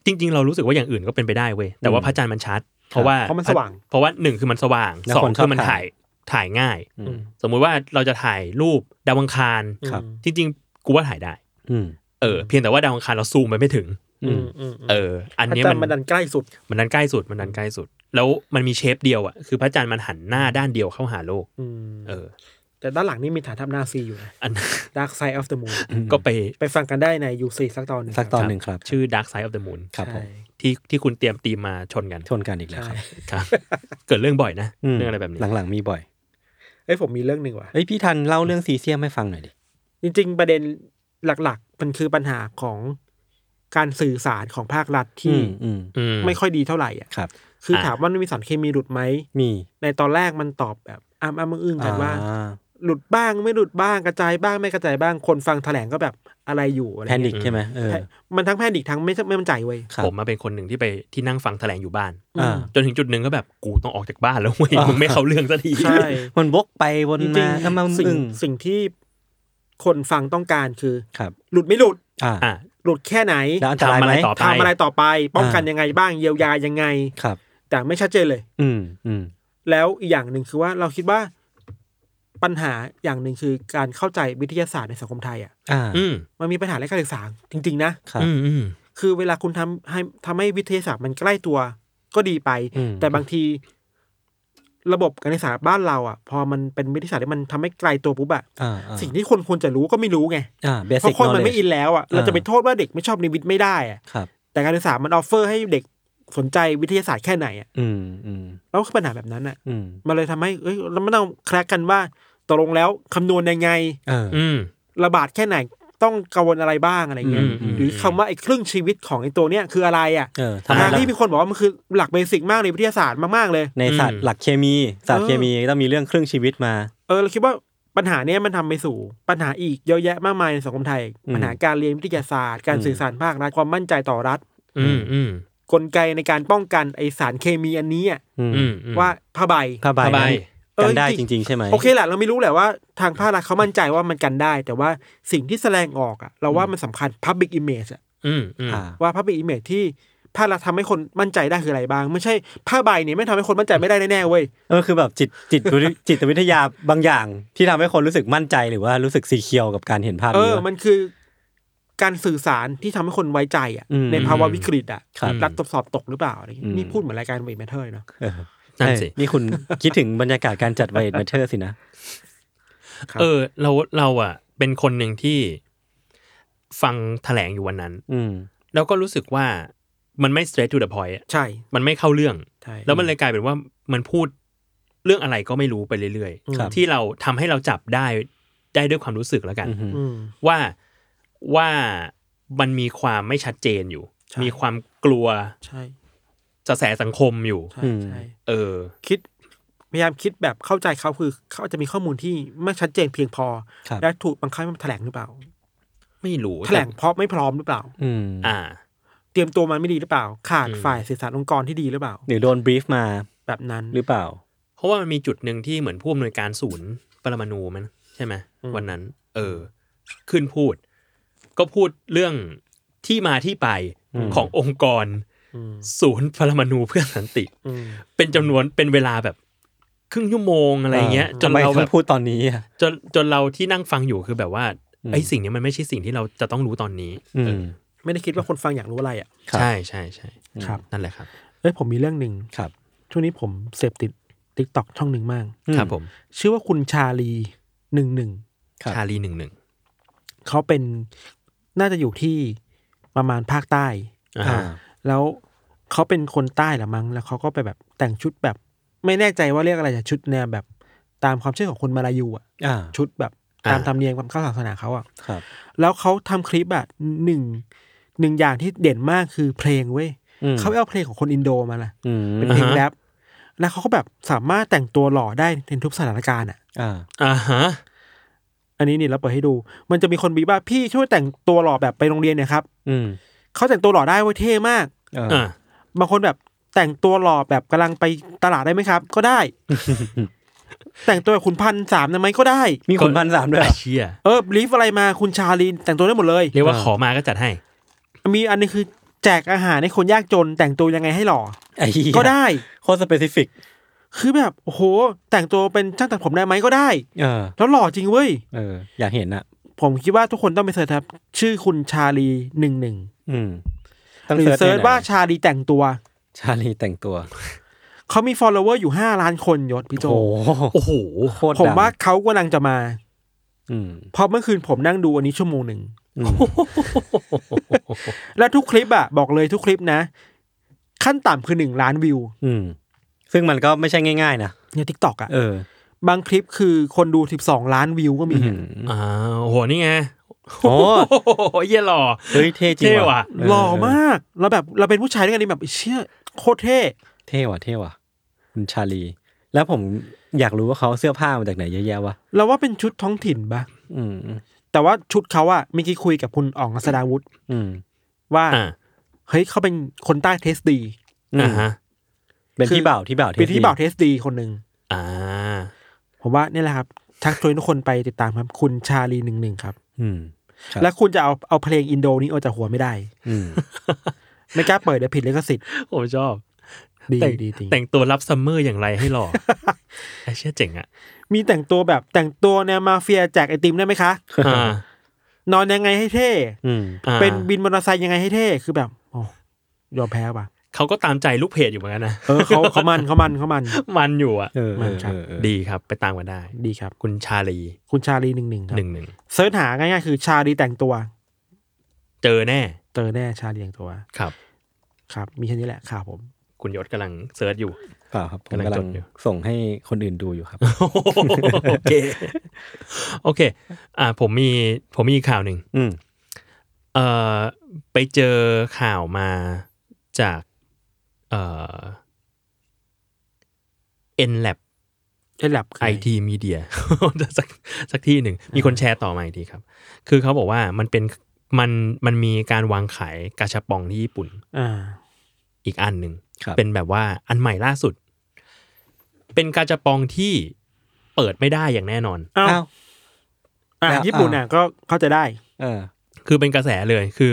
C: จริง ๆ เรารู้สึกว่าอย่างอื่นก็เป็นไปได้เว้ยแต่ว่า
B: อืม
C: พระจันทร์มันชัด เพราะว่า
D: เพราะมันสว่าง
C: เพราะว่าหนึ่งคือมันสว่าง
B: แล้ว
C: สอง
B: คนชอบ
C: คือมัน
B: ถ่า
C: ถ่าย ยถ่ายง่าย
B: อืม
C: สมมุติว่าเราจะถ่ายรูปดาวอังคาร
B: ครับ
C: จริง ๆ กูว่าถ่ายได้
B: อืม
C: เออเพียงแต่ว่าดาวอังคารเราซูมไปไม่ถึง
B: อืม
C: เออ อัน
D: อัน
C: เนี้ย
D: นี้มั
C: มันน
D: มันดันใกล้สุด
C: มันดันใกล้สุดมันดันใกล้สุด แล้วมันมีเชฟเดียวอ่ะคือพระจันทร์มันหันหน้าด้านเดียวเข้าหาโลก
D: อืม
C: เออ
D: แต่ด้านหลังนี่มีฐานทัพนาซีอยู่นะ
C: อัน
D: Dark Side of the Moon
C: ก็ไป
D: ไปฟังกันได้ในยูซีสักตอนหนึ่ง
B: สักตอนหนึ่งครับ
C: ชื่อ Dark Side of the Moon
B: ครับผม
D: ใช่
C: ที่ที่คุณเตรียมตีมมาชนกัน
B: ชนกันอีกแล้วครับ
C: ครับ เกิดเรื่องบ่อยนะ
B: ม
C: เรื่องอะไรแบบนี้
B: หลังๆมีบ่อย
D: เอ้ยผมมีเรื่องหนึ่งว่ะ
B: เอ้ยพี่ทันเล่าเรื่องซีเซียมให้ฟังหน่อยดิ
D: จริง ๆ ประเด็นหลักๆ มันคือปัญหาของการสื่อสารของภาครัฐที่
B: อืมอืม
C: อืม
D: ไม่ค่อยดีเท่าไหร่อ่ะ
B: ครับ
D: คืออะ ถามว่ามันมีสารเคมีหลุดไหม
B: มี
D: ในตอนแรกมันตอบแบบอ้ามอ้ามอึ้งๆกันว่า
B: อ่า
D: หลุดบ้างไม่หลุดบ้างกระจายบ้างไม่กระจายบ้างคนฟังแถลงก็แบบอะไรอยู่อะไร
B: แพ
D: เงี้ย
B: นิคใช่ไหมเออ
D: แพมันทั้งแพนิคทั้งไม่ไม่มั่นใจเว้ย
B: ครับ
C: ผมมาเป็นคนหนึ่งที่ไปที่นั่งฟังแถลงอยู่บ้าน
B: อ่า
C: จนถึงจุดหนึ่งก็แบบกูต้องออกจากบ้านแล้วเว้ยมึงไม่เข้าเรื่องสักที
D: ใช่
B: มัน [LAUGHS] วกไปวน
D: จริ
B: มาอ้ำ
D: ง
B: อ้ำ
D: ๆสิ่
B: อึ้
D: ง
B: ง
D: สิ่งที่คนฟังต้องการคือ
B: ครับ
D: หลุดไม่หลุด
B: อ่า
C: อ่ะ
D: หลุดแค่ไหน
B: แล้วอันตราย
C: ทำ
B: ไหม
C: อะไรต่อ ป
D: ทำอะไรต่อไป ป้องกัน
B: อ่ายั
D: ยังไงบ้างเยียวยายังไง
B: ครับ
D: แต่ไม่ชัดเจนเลย
B: อืมอืม
D: แล้วอีกอย่างหนึ่งคือว่าเราคิดว่าปัญหาอย่างหนึ่งคือการเข้าใจวิทยาศาสตร์ในสังคมไทยอ่ะ
B: อ่า
C: อืม
D: มันมีปัญหาเรื่องการศึกษาจริง ๆ นะ
B: ครับ
C: อืมอืม
D: คือเวลาคุณทำให้ทำให้วิทยาศาสตร์มันใกล้ตัวก็ดีไป
B: อืม
D: แต่บางที ระบบการศึกษาบ้านเราอ่ะ พอมันเป็นวิทยาศาสตร์ที่มันทำให้ไกลตัวปุ๊บอะ
B: อ่า
D: สิ่งที่คนควรจะรู้ก็ไม่รู้ไง
B: อ่าเบ
D: เพ
B: สิก
D: ราะคน
B: นอ
D: มัน
B: เล
D: ไม่อินแล้วอ่ะเราจะไปโทษว่าเด็กไม่ชอบนิวิทย์ไม่ได้อ่ะ
B: ครับ
D: แต่การศึกษามันออฟเฟอร์ให้เด็กสนใจวิทยาศาสตร์แค่ไหนอ่ะ
B: อืมอืม
D: แล้วคือปัญหาแบบนั้นอ่ะ
B: อืม
D: มันเลยทำให้เอ้ยเราไม่ต้องแครกกันว่าตกลงแล้วคำนวณยังไง
B: เออ
C: อืม
D: ระบาดแค่ไหนต้องกังวลอะไรบ้างอะไรเงี้ย
C: อืมอืม
D: หรือคำว่าไอ้ครึ่งชีวิตของไอ้ตัวเนี้ยคืออะไรอ่ะ
B: เออทำ
D: ทำ
B: ไม
D: งาน
B: ล่ะ
D: ที่มีคนบอกว่ามันคือหลักเบสิกมากในวิทยาศาสตร์มากๆเลย
B: ในศาสต
C: อื
B: ร์
C: ม
B: หลักเคมีศาสตร์
D: เออ
B: เคมีต้องมีเรื่องครึ่งชีวิตมา
D: เออเราคิดว่าปัญหาเนี้ยมันทำไปสู่ ปัญหาอีกเยอะแยะมากมายในสังคมไทย
B: อืม
D: ปัญหาการเรียนวิทยาศาสตร์ การสื่อสารภาครัฐความมั่นใจต่อรัฐ
C: อืมอืม
D: กลไกในการป้องกันไอสารเคมีอันนี้อะ
B: อืม
C: อืม
D: ว่าผ้าใบ
B: ผ้าใบ
C: ผ้าใบ
B: นั้น
D: เออ
B: กันได้
D: จ
B: จ
D: ริง
B: ริง ๆ ใช่ไหม
D: โอเคแหละเราไม่รู้แหละว่าทางภาครัฐเขามั่นใจว่ามันกันได้ แต่ว่าสิ่งที่แสดงออกอะเราว่ามันสำคัญ Public Image อะ
C: อืมอืม
B: อ่า
D: ว่า Public Image ที่ภาครัฐทำให้คนมั่นใจได้คืออะไรบ้าง ไม่ใช่ผ้าใบเนี่ยไม่ทำให้คนมั่นใจไม่ได้แน่ๆเว้ย
B: เออคือแบบจิตจิตวิท จิตวิทยาบางอย่าง ที่ทำให้คนรู้สึกมั่นใจหรือว่ารู้สึกสีเขียวกับการเห็นภาพ
D: เอ
B: นี้
D: อ
B: วะ
D: มันคือการสื่อสารที่ทำให้คนไว้ใจอ่ะ
B: อืม
D: ในภาวะวิกฤตอ่ะ
B: ครับ
D: รัฐตรวจสอบตกหรือเปล่าอะไรเงี้ย
B: อืม
D: นี่พูดเหมือนรายการเวทแมทเทอร์เนาะ
B: เออ
C: นั่นสิ
B: ใช่นี่คุณ คิดถึงบรรยากาศการจัดไวท์แมทเทอร์สินะ
C: เออ เราเราอ่ะ เป็นคนหนึ่งที่ฟังแถลงอยู่วันนั้น
B: อืม
C: แล้วก็รู้สึกว่ามันไม่ straight to the point อะ
D: ใช่
C: มันไม่เข้าเรื่อง
D: ใช่
C: แล้วมันเลยกลายเป็นว่ามันพูดเรื่องอะไรก็ไม่รู้ไปเรื่อย
D: ครับ
C: ๆ ที่เราทำให้เราจับได้ได้ด้วยความรู้สึกแล้วกัน
B: อือฮึ
D: อืม
C: ว่าว่ามันมีความไม่ชัดเจนอยู่
D: ใช่
C: มีความกลัว
D: ใช่
C: กระแสสังคมอยู่
D: ใช่
B: อืม
D: ใช่
C: เออ
D: คิด พยายามคิดแบบเข้าใจเขาคือเขาอาจจะมีข้อมูลที่ไม่ชัดเจนเพียงพอ
B: ครับ
D: และถูกบังคับให้มาแถลงหรือเปล่า
C: ไม่รู้
D: แถลงเพราะไม่พร้อมหรือเปล่า
B: อืม
C: อ่า
D: เตรียมตัวมันไม่ดีหรือเปล่า ขาด
C: อืม
D: ฝ่ายสื่อสารองค์กรที่ดีหรือเปล่า
B: หรือโดนบรีฟมา
D: แบบนั้น
B: หรือเปล่า
C: เพราะว่ามันมีจุดหนึ่งที่เหมือนผู้อำนวยการศูนย์ปรมาณูมันใช่ไหมวันนั้น เออ ขึ้นพูด ก็พูดเรื่องที่มาที่ไป
B: อืม
C: ขององค์กร ศูนย์ปรมาณูเพื่อสันติ
D: อืม
C: เป็นจำนวนเป็นเวลาแบบครึ่งชั่วโมงอะไรเงี้ย จน
B: ทำไม
C: เรา
B: ถึ
C: แบ
B: ง
C: บ
B: พูดตอนนี้อ่ะ
C: จนจนเราที่นั่งฟังอยู่คือแบบว่า
B: อืม
C: ไอ้สิ่งเนี้ยมันไม่ใช่สิ่งที่เราจะต้องรู้ตอนนี้
B: อื
C: เอ
B: ม
C: อ
D: ไม่ได้คิดว่าคนฟังอยากรู้อะไรอ่ะ
B: ครับ
C: ใช่ใช่ใช่
D: ครับ
C: นั่นแหละครับ
D: เอ้ยผมมีเรื่องหนึ่ง
B: ครับ
D: ช่วงนี้ผมเสพติดทิกตอกช่องหนึ่งมาก
C: ครับผม
D: ชื่อว่าคุณชาลีหนึ่งหนึ่ง
B: ครับ
C: ชาลีหนึ่งหนึ่ง
D: เขาเป็นน่าจะอยู่ที่ประมาณภาคใต้
C: อ่า
B: อ่า
D: แล้วเขาเป็นคนใต้เหรือมั้ง แล้วเขาก็ไปแบบแต่งชุดแบบ ไม่แน่ใจว่าเรียกอะไรแต่ชุดแนวแบบตามความเชื่อของคนมาลายูอ่ะ
B: อ่า
D: ชุดแบบตามธรรมเนียมความเข้าศาสนาเขาอ่ะ
B: ครับ
D: แล้วเขาทำคลิปอะหนึ่งหนึ่งอย่างที่เด่นมากคือเพลงเว้ย
B: อืม
D: เขาเอาเพลงของคนอินโดมาละ
B: อืม
D: เป็นเพลงแรปแล้วเขาก็แบบสามารถแต่งตัวหล่อได้ในทุกสถานการณ์อะ
B: อ่า
C: อ่าฮะ
D: อันนี้นี่เราเปิดให้ดู มันจะมีคนบีบว่าพี่ช่วยแต่งตัวหล่อแบบไปโรงเรียนหน่อยครับ
B: อืม
D: เขาแต่งตัวหล่อได้เว้ยเท่มาก
B: เออ
C: อ่า
D: บางคนแบบแต่งตัวหล่อแบบกำลังไปตลาดได้ไหมครับ ก็ได้
B: [LAUGHS]
D: แต่งตัวแบบขุนพันสามนะไหมก็ได้
B: มีคนพันสามด้วยเหรอ
C: เชี่ย
D: เออลีฟอะไรมาคุณชาลีนแต่งตัวได้หมดเลย
C: เรียกว่า
B: อ่า
C: ขอมาก็จัดให้
D: มีอันนี้คือแจกอาหารให้คนยากจนแต่งตัวยังไงให้หล่อ
B: ไอ้เหี้ย
D: ก็ได้
B: โคตรสเปซิฟิก
D: คือแบบโอ้โห แต่งตัวเป็นช่างตัดผมได้ไหมก็ได้
B: เออ
D: แล้วหล่อจริงเว้ย
B: เออ อยากเห็นอ่ะ
D: ผมคิดว่าทุกคนต้องไปเสิร์ชครับ ชื่อคุณชาลีหนึ่งหนึ่ง
B: อืม
D: หรือเสิร์ช
B: ในไหน
D: ว่าชาลีแต่งตัว
B: ชาลีแต่งตัว
D: เขามี follower อยู่ 5 ล้านคนยศพี่โจ
B: โอ้โห
C: โอ้โห
B: โคตรดัง
D: ผมว่าเขากำลังจะมา
B: อืม
D: เพราะเมื่อคืนผมนั่งดูอันนี้ชั่วโมงหนึ่ง
B: อืม
D: แล้วทุกคลิปอะบอกเลยทุกคลิปนะ ขั้นต่ำคือหนึ่งล้านวิว
B: อืม ซึ่งมันก็ไม่ใช่ง่าย ๆ นะ
D: ในทิกตอกอะ
B: เออบ
D: างคลิปคือคนดู 12 ล้านวิวก็มี
B: อื
D: อะ
B: ม
C: อ่าโอ้โหนี่ไง
B: โอ้
C: โอ้โหเยี่ยหล่อ
B: เฮ้ยเท่จริง
C: เท่ว่ะ
B: เ
D: หล่อมากเราแบบเราเป็นผู้ชายด้วยกันนี่แบบเชี่ยโคตรเท่
B: เท่ว่ะเท่ว่ะคุณชาลี แล้วผมอยากรู้ว่าเขาเอาเสื้อผ้ามาจากไหนเยอะแยะวะ
D: เราว่าเป็นชุดท้องถิ่นปะ
B: อืม
D: แต่ว่าชุดเขาอะเมื่อกี้คุยกับคุณอ๋องอัศดาวุฒิ
B: อืม
D: ว่า
C: อ่า
D: เฮ้ยเขาเป็นคนใต้เทสดี
C: อ่าฮะ
B: เป็น
D: คือ
B: ที่บ่าวที่บ่าว
D: เป็นที่
B: ดี
D: บ่าวเทสดีคนหนึ่ง
C: อ่า
D: ผมว่านี่แหละครับทักชวนทุกคนไปติดตามครับคุณชาลีหนึ่งหนึ่งครับ
B: อืม ครับ
D: และคุณจะเอาเอาเพลงอินโดนี้ออกจากหัวไม่ได้
B: อืม
D: ไม่กล้าเปิดเดี๋ยวผิดลิขสิทธิ์
C: ผมชอบ
D: ดี
C: แต่ง
D: ดีจริง
C: แต่งตัวรับซัมเมอร์อย่างไรให้หล่อ ไอเชี่ยเจ๋งอ่ะ
D: มีแต่งตัวแบบแต่งตัวแนวมาเฟียแจกไอติมได้ไหมคะ
C: อ่าน
D: อนยังไงให้เท่
B: อืม
C: อ่า
D: เป็นบินมอเตอร์ไซค์ยังไงให้เท่คือแบบโอ้ยอมแพ้ป่ะ
C: เขาก็ตามใจลูกเพจอยู่เหมือนกันนะ [LAUGHS]
D: เออเขาเขามันเขามันเขามัน
C: มันอยู่อ่ะ
B: เออเอ
D: มัน
B: อ
D: ครับ
B: เออเออ
C: ดีครับไปตามกันได้
D: ดีครับ
C: คุณชาลี
D: คุณชาลีหนึ่งหนึ่งครับ
C: หนึ่งหนึ่ง
D: เสิร์ชหาง่ายๆคือชาลีแต่งตัว
C: เจอแน่
D: เจอแน่ชาลีแต่งตัว
C: ครับ
D: ครับ มีแค่นี้แหละข่าวผม
C: คุณยศกำลังเซิร์ชอยู่
B: เปล่าครับผม
C: กำ
B: กำ
C: ลั
B: ลั
C: งจ
B: ง
C: ดอยู่
B: ส่งให้คนอื่นดูอยู่ครับ
C: โอเค โอเค อ่า ผมมีผมมีอีกข่าวหนึ่ง
B: อืม
C: เอ่อไปเจอข่าวมาจากเอ่อ nlab
D: เอ็นแลบ
C: IT Media [LAUGHS] สักสักที่หนึ่ง มีคนแชร์ต่อมาอีกทีครับ คือเขาบอกว่ามันเป็นมันมันมีการวางขายกาชาปองที่ญี่ปุ่น
D: อ่า
C: อีกอันหนึ่ง
B: ครับ
C: เป็นแบบว่าอันใหม่ล่าสุด เป็นกาชาปองที่เปิดไม่ได้อย่างแน่นอน
D: อ้าว
B: อ้าว
D: อ่ะ
B: แล้ว
D: ญี่ปุ่นอ่ะก็เข้าใจได้
B: เออ
C: คือเป็นกระแสเลยคือ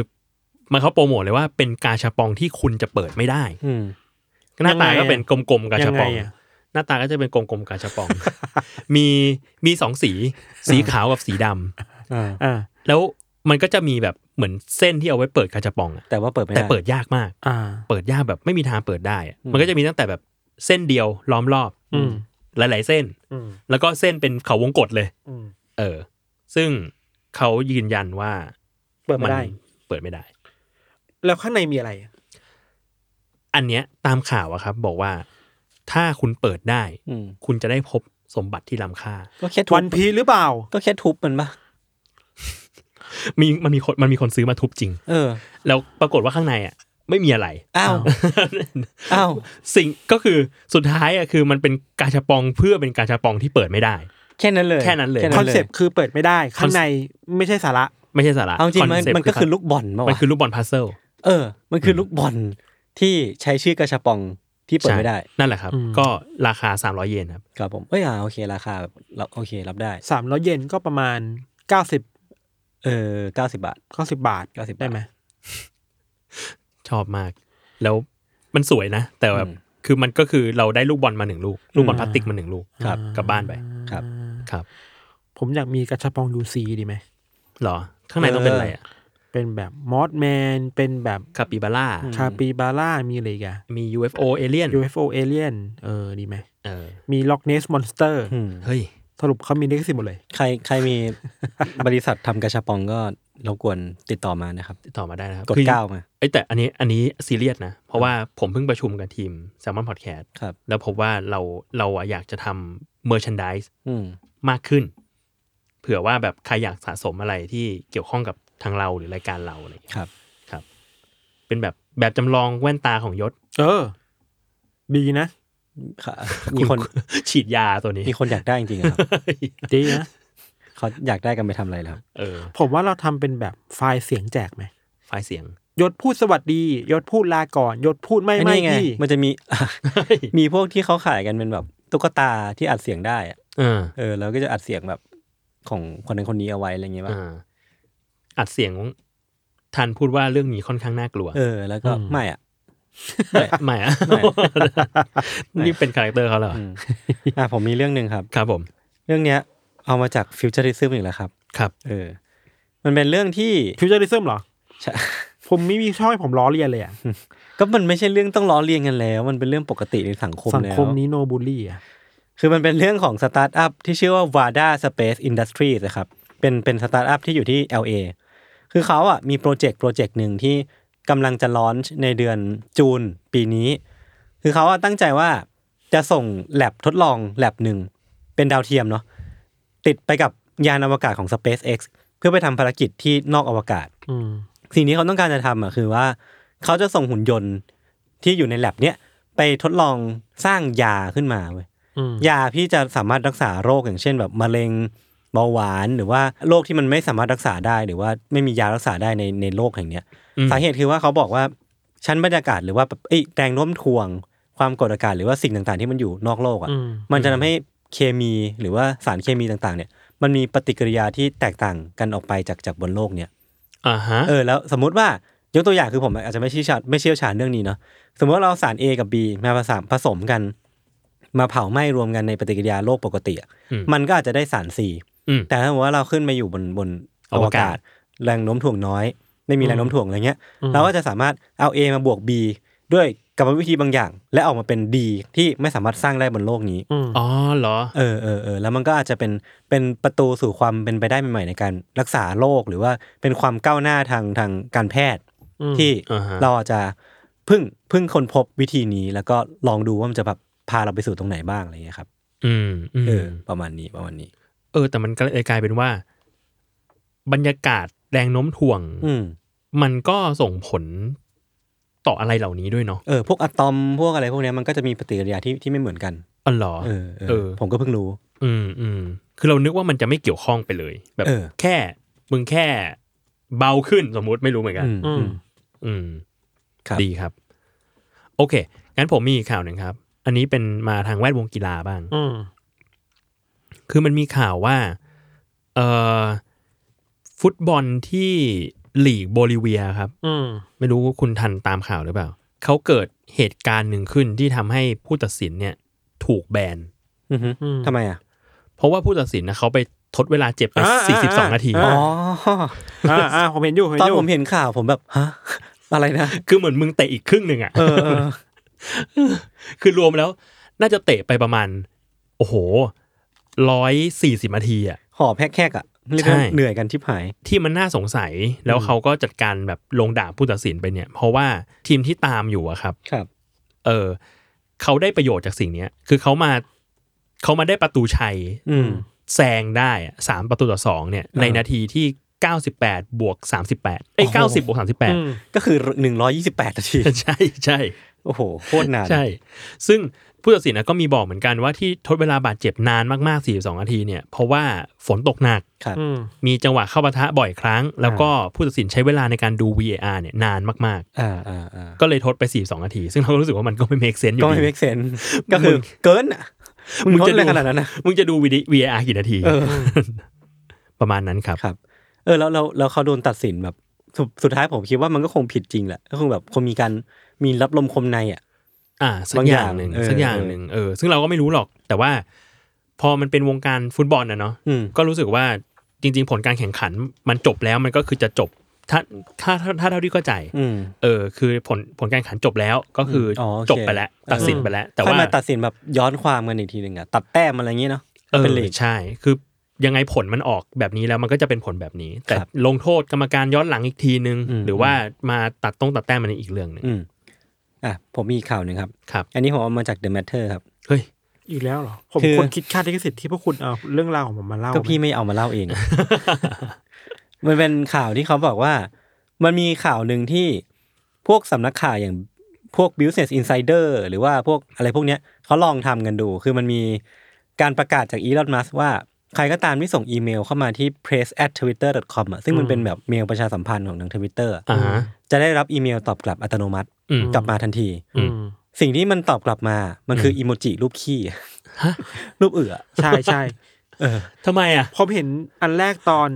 C: มันเขาโปรโมทเลยว่าเป็นกาชาปองที่คุณจะเปิดไม่ได้
B: อืม
C: หน้าตาก็เป็นกลมๆกา
D: ยั
C: ชาง ปอง
D: ไงอ่ะ
C: หน้าตาก็จะเป็นกลมๆกาชาปอง [LAUGHS] มีมีสองสี สีขาวกับสีดำ
B: อ่า
D: อ่า
C: แล้วมันก็จะมีแบบเหมือนเส้นที่เอาไว้เปิดกาชาปองอะ
B: แต่ว่าเปิดไม่ได้
C: แต่เปิดยากมาก
D: อ่า
C: เปิดยากแบบไม่มีทางเปิดได้อะ
B: อืม
C: มันก็จะมีตั้งแต่แบบเส้นเดียวล้อมรอบ
D: อืม
C: หลายๆเส้น
D: อืม
C: แล้วก็เส้นเป็นเขาวงกตเลย
D: อืม
C: เออ ซึ่งเขายืนยันว่า
D: เปิดไม่ได้
C: เปิดไม่ได้
D: แล้วข้างในมีอะไรอ่ะ
C: อันเนี้ยตามข่าวอะครับ บอกว่าถ้าคุณเปิดได้
B: อืม
C: คุณจะได้พบสมบัติที่ล้ำค่า
B: ก็แค่ทุ
D: วัน
B: บ
D: พีหรือเปล่า
B: ก็แค่ทุบมันปะ
C: มีมันมีคนมันมีคนซื้อมาทุบจริง
B: เออ
C: แล้วปรากฏว่าข้างในอ่ะ ไม่มีอะไร [LAUGHS]
B: อ้าวอ้าว
C: สิ่งก็คือสุดท้ายอ่ะคือมันเป็นกาชาปองเพื่อเป็นกาชาปองที่เปิดไม่ได้
B: แค่นั้นเลย
C: แค่นั้นเลย
D: คอนเซปต์คือเปิดไม่ได้ ข้างในไม่ใช่สาระ
C: ไม่ใช่สาระ
B: เอาจริงมัน
C: concept
B: มันก็คือลูกบอลมา
C: มัน
B: วะ
C: คือลูกบอลพัซเซิล
B: เออ มันคือลูกบอลที่ใช้ชื่อกระชบปองที่เปิดไม่ได้
C: นั่นแหละครับ
D: อืม
C: ก็ราคา 300 เยนครับ
B: ครับผม เอ้ยอ่าโอเคราคาแบบเราโอเครับได้
D: สามร้อยเยนก็ประมาณเก้าสิบ
B: เออเก้าสิบาท
D: เก้าสิบาท
B: 90
D: ได้ไหม
C: ชอบมาก แล้วมันสวยนะ แต่แบบ
B: อืม
C: คือมันก็คือเราได้ลูกบอลมาหนึ่งลูก ลูกบอลพลาสติกมาหนึ่งลูก
B: ครับ
C: กลับบ้านไป
B: ครับ
C: ครับ
D: ผมอยากมีกระชับปองยูซีดีไหม
C: หรอ ข้างในต้องเป็นอะไรอ่ะ
D: เป็นแบบมอสแมน เป็นแบบ
C: คาปิบาร่า
D: คาปิบาร่ามีอะไรอีกัน
C: มี UFO เอเลี่ยน
D: UFO Alien เออดีไหม
C: เออ
D: มีล็อกเนสมอนสเตอร์
B: อืม
C: เฮ้ย
D: สรุปเขามีลิขสิทธิ์หมดเลย
B: ใครใครมี บริษัททำกระชบปองก็รบกวนติดต่อมานะครับ
C: ติดต่อมาได้นะครับ
B: กด
C: คือ
B: เก้ามา
C: เอ้ยแต่อันนี้อันนี้ซีเรียสนะ เพราะว่าผมเพิ่งประชุมกับทีมแซลมอนพอดแคสต์
B: ครับ
C: แล้วพบว่าเราเราอะอยากจะทำเมอร์ชันดิส
B: อืม
C: มากขึ้น เผื่อว่าแบบใครอยากสะสมอะไรที่เกี่ยวข้องกับทางเราหรือรายการเราอะไรอย่างเงี้ย
B: ครับ
C: ครับ เป็นแบบแบบจำลองแว่นตาของยศ
D: เออ ดีนะ
B: ค่ะมีคน
C: [LAUGHS] ฉีดยาตัวนี้
B: มีคนอยากได้จริงๆอะครับ
D: ดีนะ
B: เขาอยากได้กันไปทำอะไรแล้วครับ
C: เออ
D: ผมว่าเราทำเป็นแบบไฟล์เสียงแจกไหม
C: ไฟล์เสียง
D: ยศพูดสวัสดี ยศพูดลาก่อน ยศพูดไม่
B: อ้
D: ไม่
B: นี่
D: พี่
B: มันจะมี มีพวกที่เขาขายกันเป็นแบบตุ๊กตาที่อัดเสียงได้อะ
C: เออ
B: เออ แล้วก็จะอัดเสียงแบบของคนนั้นคนนี้เอาไว้อะไรเงี้ยป่ะ
C: อ่าอัดเสียงทันพูดว่าเรื่องนี้ค่อนข้างน่ากลัว
B: เออ แล้วก็ไม่อ่ะ
C: ไม่อะ [LAUGHS] นี่เป็นคาแรคเตอร์เขาเหรออ
B: ม อ่ะผมมีเรื่องหนึ่งครับ
C: ครับผม
B: เรื่องเนี้ย เอามาจากฟิวเจอริซึมอีกแล้วครับ
C: ครับ
B: เออ มันเป็นเรื่องที่
D: ฟิวเจอริซึมเหรอ
B: ใช่
D: ผมไม่มีช่องให้ผมล้อเลียนเลยอะ
B: ก็มันไม่ใช่เรื่องต้องล้อเลียนกันแล้ว มันเป็นเรื่องปกติในสังคม
D: สัง
B: แล้ว
D: คมนี้โนบูลลี่อะ
B: คือมันเป็นเรื่องของสตาร์ทอัพที่ชื่อว่า Vada Space Industries นะครับ เป็นเป็นสตาร์ทอัพที่อยู่ที่ LA คือเขาอ่ะมีโปรเจกต์โปรเจกต์หนึ่งที่กำลังจะลอนช์ในเดือนจูนปีนี้ คือเขาอะตั้งใจว่าจะส่งแลบทดลองแลบหนึ่ง เป็นดาวเทียมเนาะติดไปกับยานอวกาศของ SpaceX เพื่อไปทำภารกิจที่นอกอวกาศ
D: อืม
B: สิ่งที่เขาต้องการจะทำอ่ะคือว่า เขาจะส่งหุ่นยนต์ที่อยู่ในแลบเนี้ยไปทดลองสร้างยาขึ้นมาเว้ย
D: อืม
B: ยาที่จะสามารถรักษาโรคอย่างเช่น แบบมะเร็งเบาหวานหรือว่าโรคที่มันไม่สามารถรักษาได้ หรือว่าไม่มียารักษาได้ในในโลกแห่งเนี้ย
C: อืม
B: สาเหตุคือว่าเขาบอกว่าชั้นบรรยากาศหรือว่าแบบเอ้ยแรงโน้มถ่วง ความกดอากาศหรือว่าสิ่งต่างๆ ที่มันอยู่นอกโลกอ่ะ
D: อืม
B: มันจะทำให้เคมีหรือว่าสารเคมีต่างๆ เนี่ย มันมีปฏิกิริยาที่แตกต่างกันออกไปจากจากบนโลกเนี่ย
C: อ่าฮะ
B: เออแล้วสมมติว่ายกตัวอย่างคือผมอาจจะไม่เชี่ยวชาญไม่เชี่ยวชาญเรื่องนี้เนาะสมมติว่าเราสาร A กับ B มาผสมผสมกัน มาเผาไหม้รวมกันในปฏิกิริยาโลกปกติอะ
C: อืม
B: มันก็อาจจะได้สาร C
C: อืม
B: แต่ถ้าสมมติว่าเราขึ้นมาอยู่บนบน
C: อ
B: อ
C: ว
B: ว
C: กาศ
B: กาศ แรงโน้มถ่วงน้อย ไม่มีแรงโน้มถ่วงอะไรเงี้ย
D: อืม
B: เราก็จะสามารถเอา A มาบวก B ด้วยกรรมวิธีบางอย่าง และออกมาเป็น D ที่ไม่สามารถสร้างได้บนโลกนี้
D: อืม
C: อ๋อเหรอ
B: เออเออเออแล้วมันก็อาจจะเป็นเป็นประตูสู่ความเป็นไปได้ใหม่ๆในการรักษาโรคหรือว่าเป็นความก้าวหน้าทางทางการแพทย์ ที่
C: อ่าฮะ
B: เราอาจจะเพึ่งเพึ่งคนพบวิธีนี้แล้วก็ลองดูว่ามันจะแบบพาเราไปสู่ตรงไหนบ้างอะไรเงี้ยครับ
C: อืมอืม
B: เออประมาณนี้ประมาณนี้
C: เออแต่มันก็เลยกลายเป็นว่า บรรยากาศแรงโน้มถ่วง
B: อืม
C: มันก็ส่งผลต่ออะไรเหล่านี้ด้วยเนาะ
B: เออพวกอะตอมพวกอะไรพวกเนี้ยมันก็จะมีปฏิกิริยาที่ที่ไม่เหมือนกัน
C: อ๋อเหรอ
B: เออเอ
C: เอ
B: อ
C: อ
B: ผมก็เพิ่งรู้
C: อืมอืมคือเรานึกว่ามันจะไม่เกี่ยวข้องไปเลย แบบ
B: เออ
C: แค่ มึงแค่เบาขึ้นสมมุติไม่รู้เหมือนกัน
B: อืมอื
D: อืม
B: ม
C: อืม
B: ครับ
C: ดีครับ โอเค งั้นผมมีอีกข่าวหนึ่งครับ อันนี้เป็นมาทางแวดวงกีฬาบ้าง
D: อืม
C: คือมันมีข่าวว่าเอ่อฟุตบอลที่ลีกโบลิเวียครับ
D: อืม
C: ไม่รู้ว่าคุณทันตามข่าวหรือเปล่า เขาเกิดเหตุการณ์หนึ่งขึ้นที่ทำให้ผู้ตัดสินเนี่ยถูกแบน
B: อือฮึ
D: อืม
B: ทำไมอ่ะ
C: เพราะว่าผู้ตัดสินนะเขาไปทดเวลาเจ็บไป
D: อ่าอ่า
C: 42 นาที
D: อ่า
B: อ๋อ
D: อ่าอ่าผมเห็นอยู่เห็น
B: ตอน
D: อยู่
B: ผมเห็นข่าวผมแบบฮะอะไรนะ
C: คือเหมือนมึงเตะอีกครึ่งหนึ่งอ่ะ
B: เออเออ
C: คือร [LAUGHS] วมแล้วน่าจะเตะไปประมาณ โอ้โหร้อยสี่สิบนาทีอ่ะ
B: หอบแฮกๆอ่ะเรียกว่า
C: ใช่
B: เหนื่อยกันชิบหาย
C: ที่มันน่าสงสัยแล้วเขาก็จัดการแบบลงด่าผู้ตัดสินไปเนี่ย เพราะว่าทีมที่ตามอยู่อะครับ
B: ครับ
C: เออเขาได้ประโยชน์จากสิ่งเนี้ย คือเขามาเขามาได้ประตูชัย
B: อืม
C: แซงได้อะสามประตูต่อสองเนี่ย ในนาทีที่ 98 บวก 38 เอ้ย 90 บวก 38
B: ก็คือหนึ่งร้อยี่สิบแปดนา
C: [LAUGHS]
B: ที
C: ใช่ใช่
B: โอ้โห โคตรนาน
C: ใช่ ซึ่งผู้ตัดสินนะก็มีบอกเหมือนกันว่าที่ทดเวลาบาดเจ็บนานมากๆ 42 นาทีเนี่ย เพราะว่าฝนตกหนัก
B: ครับ
D: อืม
C: มีจังหวะเข้าปะทะบ่อยครั้ง แล้วก็ผู้ตัดสินใช้เวลาในการดู VAR เนี่ยนานมาก
B: อ่าอ่าอ่า
C: ๆ ก็เลยทดไป 42 นาที ซึ่งเราก็รู้สึกว่ามันก็ไม่ make sense อ
B: ก็
C: ยู่
B: ไม่
C: ดี
B: เมกเซนก็คือเกินอ่ะมึง
C: มึง
B: จะ
C: จะดู
B: เลยขนาดนั้นนะ
C: มึงจะดูวิดี VAR กี่นาที
B: เออ
C: ประมาณนั้นครับ
B: ครับ เออ แล้วเราเราเขาโดนตัดสินแบบสุดสุดท้ายผมคิดว่ามันก็คงผิดจริงแหละ ก็คงแบบคงมีการมีรับลมคมในอ่ะ
C: อ่าสัก
B: บางอย่
C: อา
B: ย่าง
C: งหนึ่ง
B: เออ
C: สักอย่าง
B: เออ
C: หนึ่งเออซึ่งเราก็ไม่รู้หรอก แต่ว่า พอมันเป็นวงการฟุตบอลนะเนาะ
B: อืม
C: ก็รู้สึกว่าจริง ๆ ผลการแข่งขันมันจบแล้วมันก็คือจะจบถ้าถ้าถ้าถ้าเท่าที่เข้าใจ
B: อืม
C: เออคือผลผลการแข่งขันจบแล้วก็คืออ
B: มอ๋อโอเค
C: จบไปแล้ว ตัดสินไปแล้ว แต่
B: ค่อย
C: ว่า
B: มาตัดสินแบบย้อนความกันอีกทีหนึ่งอ่ะ ตัดแต้มอะไรอย่างเงี้ยเนาะ
C: เออ
B: เป็นลีก
C: ใช่ คือยังไงผลมันออกแบบนี้แล้วมันก็จะเป็นผลแบบนี้ แต่
B: ครับ
C: ลงโทษกรรมการย้อนหลังอีกทีนึง
B: อืม
C: หรือว่ามาตัดตรงตัดแต้มมันอีกเรื่องหนึ่ง
B: อืมอ่ะผมมีอีกข่าวหนึ่งครับ
C: ครับ
B: อันนี้ผมเอามาจาก The Matter ครับ
C: เฮ้ย
D: อีกแล้วเหรอ ผม
B: คือ
D: ควรคิดค่าลิขสิทธิ์ที่พวกคุณเอาเรื่องราวของผมมาเล่า
B: ก็พี่
D: ไหม
B: ไม่เอามาเล่าเอง มันเป็นข่าวที่เขาบอกว่า มันมีข่าวหนึ่งที่พวกสำนักข่าวอย่างพวก Business Insider หรือว่าพวกอะไรพวกเนี้ยเขาลองทำกันดู คือมันมีการประกาศจากอีลอนมัสว่า ใครก็ตามที่ส่งอีเมลเข้ามาที่ press at twitter com อะซึ่งมันเป็นแบบเมลประชาสัมพันธ์ของทางทวิตเตอร์
C: อ่าฮะ
B: จะได้รับอีเมลตอบกลับอัตโนมัติ
C: อืม
B: กลับมาทันที
C: อืม
D: อืม
B: สิ่งที่มันตอบกลับมา มันคืออีโมจิรูปขี้รูปเอือ
D: ใช่
B: [LAUGHS]
D: ใช่
C: ทำไมอ่ะ
D: ผมเห็นอันแรกตอน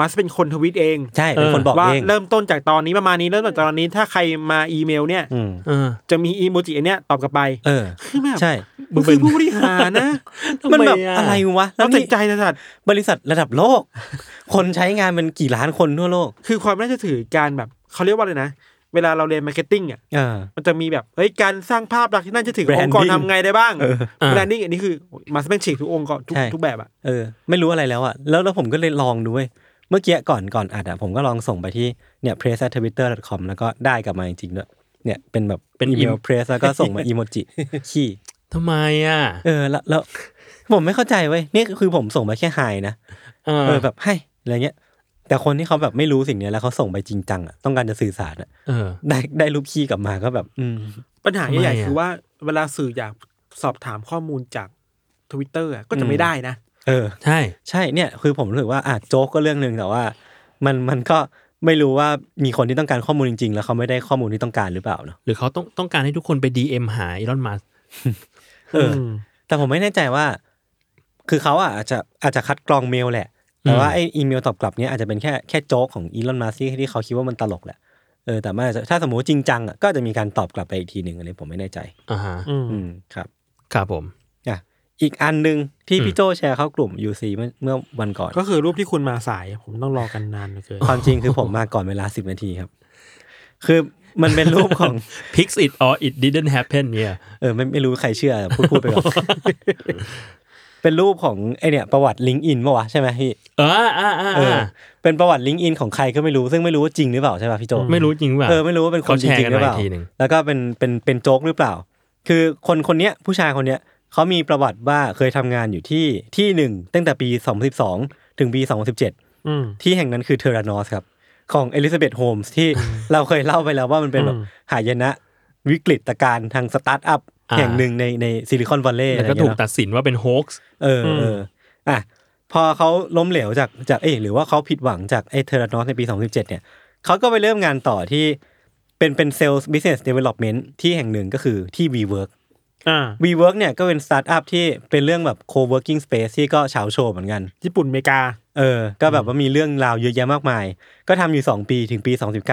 D: มัสเป็นคนทวิตเอง
B: ใช่เป็นคนบอก
D: ว่า
B: เอง
D: เริ่มต้นจากตอนนี้ประมาณนี้เริ่มจากตอนนี้ถ้าใครมาอีเมลเนี่ย
B: อืม
C: เออ
D: จะมีอีโมจิอันเนี้ยตอบกลับไป
B: เออ
D: คือแบบ
B: ใช่
D: มึงคือผู้บริหารนะ
B: มันแบบ
C: ทำไมอะ
B: อะไรวะ แล้
D: เรา
B: ว
D: ติด
B: นี่
D: ใจนะสัตว์
B: บริษัทระดับโลก [LAUGHS] คนใช้งานเป็นกี่ล้านคนทั่วโลก
D: คือความน่าจะถือการแบบเขาเรียกว่าอะไรนะ เวลาเราเรียนมาร์เก็ตติ้งอ่ะ
B: เออ
D: มันจะมีแบบเฮ้ยการสร้างภาพลักษณ์ที่น่าจะถือ
B: Branding
D: องค์กรทำไงได้บ้าง
B: เออ
C: อ่า
D: แบรนดิ้งอันนี้คือมาสเป็นฉีกทุกองค์กรทุก
B: ใช่
D: ทุกแบบอ่ะ
B: เออ ไม่รู้อะไรแล้วอ่ะ แล้วแล้วผมก็เลยลองดูเว้ยเมื่อกี้ก่อนก่อนอัดอะผมก็ลองส่งไปที่เนี่ย press twitter com แล้วก็ได้กลับมาจริงๆด้วยเนี่ยเป็นแบบ
C: เป็น
B: อีเมล press แล้วก็ส่งมาอีโมจิ ขี้
C: ทำไมอ่ะ
B: เออแล้วแล้วผมไม่เข้าใจเว้ยนี่คือผมส่งไปแค่ไฮนะ
C: เออ
B: เออแบบให้อะไรเงี้ย แต่คนที่เขาแบบไม่รู้สิ่งเนี้ยแล้วเขาส่งไปจริงจังอ่ะต้องการจะสื่อสารอ่ะ
C: เออ
B: ได้ได้รูปขี้กลับมาก็แบบ อืม
D: ปัญหา
C: ทำไม
D: ใหญ่
C: อะ
D: ๆคือว่าเวลาสื่ออยากสอบถามข้อมูลจากทวิตเตอร์ก็จะ
B: อื
D: ไม่
B: ม
D: ได้นะ
B: เออ
C: ใช่
B: ใช่เนี่ยคือผมรู้สึกว่าอ่ะโจ๊กก็เรื่องหนึ่งแต่ว่า มันมันก็ไม่รู้ว่ามีคนที่ต้องการข้อมูลจริง ๆ แล้วเขาไม่ได้ข้อมูลที่ต้องการหรือเปล่าเนาะ
C: หรือเขาต้องต้องการให้ทุกคนไป DM หาอีลอนมัส
B: เอออ
D: ม
B: แต่ผมไม่แน่ใจว่า คือเขาอ่ะอาจจะอาจจะคัดกรองเมลแหละ แต่ว่า
C: อืม
B: ไออีเมลตอบกลับเนี่ยอาจจะเป็นแค่แค่โจ๊กของอีลอนมัสที่ที่เขาคิดว่ามันตลกแหละเออแต่มันอาจจะถ้าสมมติจริงจังอ่ะก็อาจจะมีการตอบกลับไปอีกทีหนึ่งอันนี้ผมไม่แน่ใจ
C: อ่าฮะ
B: อืมครับ
C: ครับผม
B: อีกอันหนึ่งที่
C: อืม
B: พี่โจแชร์เข้ากลุ่ม UC เมื่อเมื่อวันก่อน
D: ก็คือรูปที่คุณมาสาย ผมต้องรอกันนานเหลยเกิน
B: [LAUGHS] ความจริงคือผมมาก่อนเวลาสิบนาทีครับ คือมันเป็นรูปของ
C: [LAUGHS] Pix it or it didn't happen เนี่ย
B: เออไม่ไม่รู้ใครเชื่อพูดพูดไปก่อน [LAUGHS] เป็นรูปของไอเนี่ยประวัติลิงก์อินปะวะใช่ไหมพี่
C: เอออ่าอ่า
B: เออ
C: อ่า
B: เป็นประวัติลิงก์อินของใครก็ไม่รู้ซึ่งไม่รู้ว่าจริงหรือเปล่าใช่ป่ะพี่โจ
C: ไม่รู้จริงป่ะ
B: เออไม่รู้ว่าเป็นคน
C: เขา
B: จ
C: แชร์
B: ริง
C: กั
B: ๆ
C: น
B: หรือเป
C: มา
B: ล่า
C: อีกทีหนึ่ง
B: แล้วก็เป็นเป็นเป็นโจ๊กหรือเปล่า คือคนคนเนี้ยผู้ชายคนเนี้ยเขามีประวัติว่าเคยทำงานอยู่ที่ที่หนึ่งตั้งแต่ปี2012ถึงปี2017
D: อืม
B: ที่แห่งนั้นคือเทอรานอสครับ ของเอลิซาเบธโฮมส์ที่เราเคยเล่าไปแล้วว่ามันเป็นแบบ
D: อืม
B: หายนะ วิกฤตการณ์ทางสตาร์ทอัพ แห่งหนึ่งในในซิลิคอนวัลเลย์อะ
C: แล้
B: ไรอ
C: วก็
B: ย่าง
C: ถู
B: เงี้
C: ก
B: ยเนอะ
C: ตัดสินว่าเป็นโฮ [LAUGHS] กส์
B: เออเอออ่ะพอเขาล้มเหลวจากจากเอยหรือว่าเขาผิดหวังจากไอเทอรานอสในปี 2017 เนี่ยเขาก็ไปเริ่มงานต่อที่เป็นเป็นเซลล์บิสเนสเดเวล็อปเมนต์ที่แห่งหนึ่งก็คือที่ WeWork
D: อ่า
B: WeWork เนี่ยก็เป็นสตาร์ทอัพที่เป็นเรื่องแบบ co-working space ที่ก็เฉาโชว์เหมือนกัน
D: ญี่ปุ่นอเมริกา
B: เออ ก็แบบว่ามีเรื่องราวเยอะแยะมากมาย ก็ทำอยู่ 2 ปีถึงปี 2019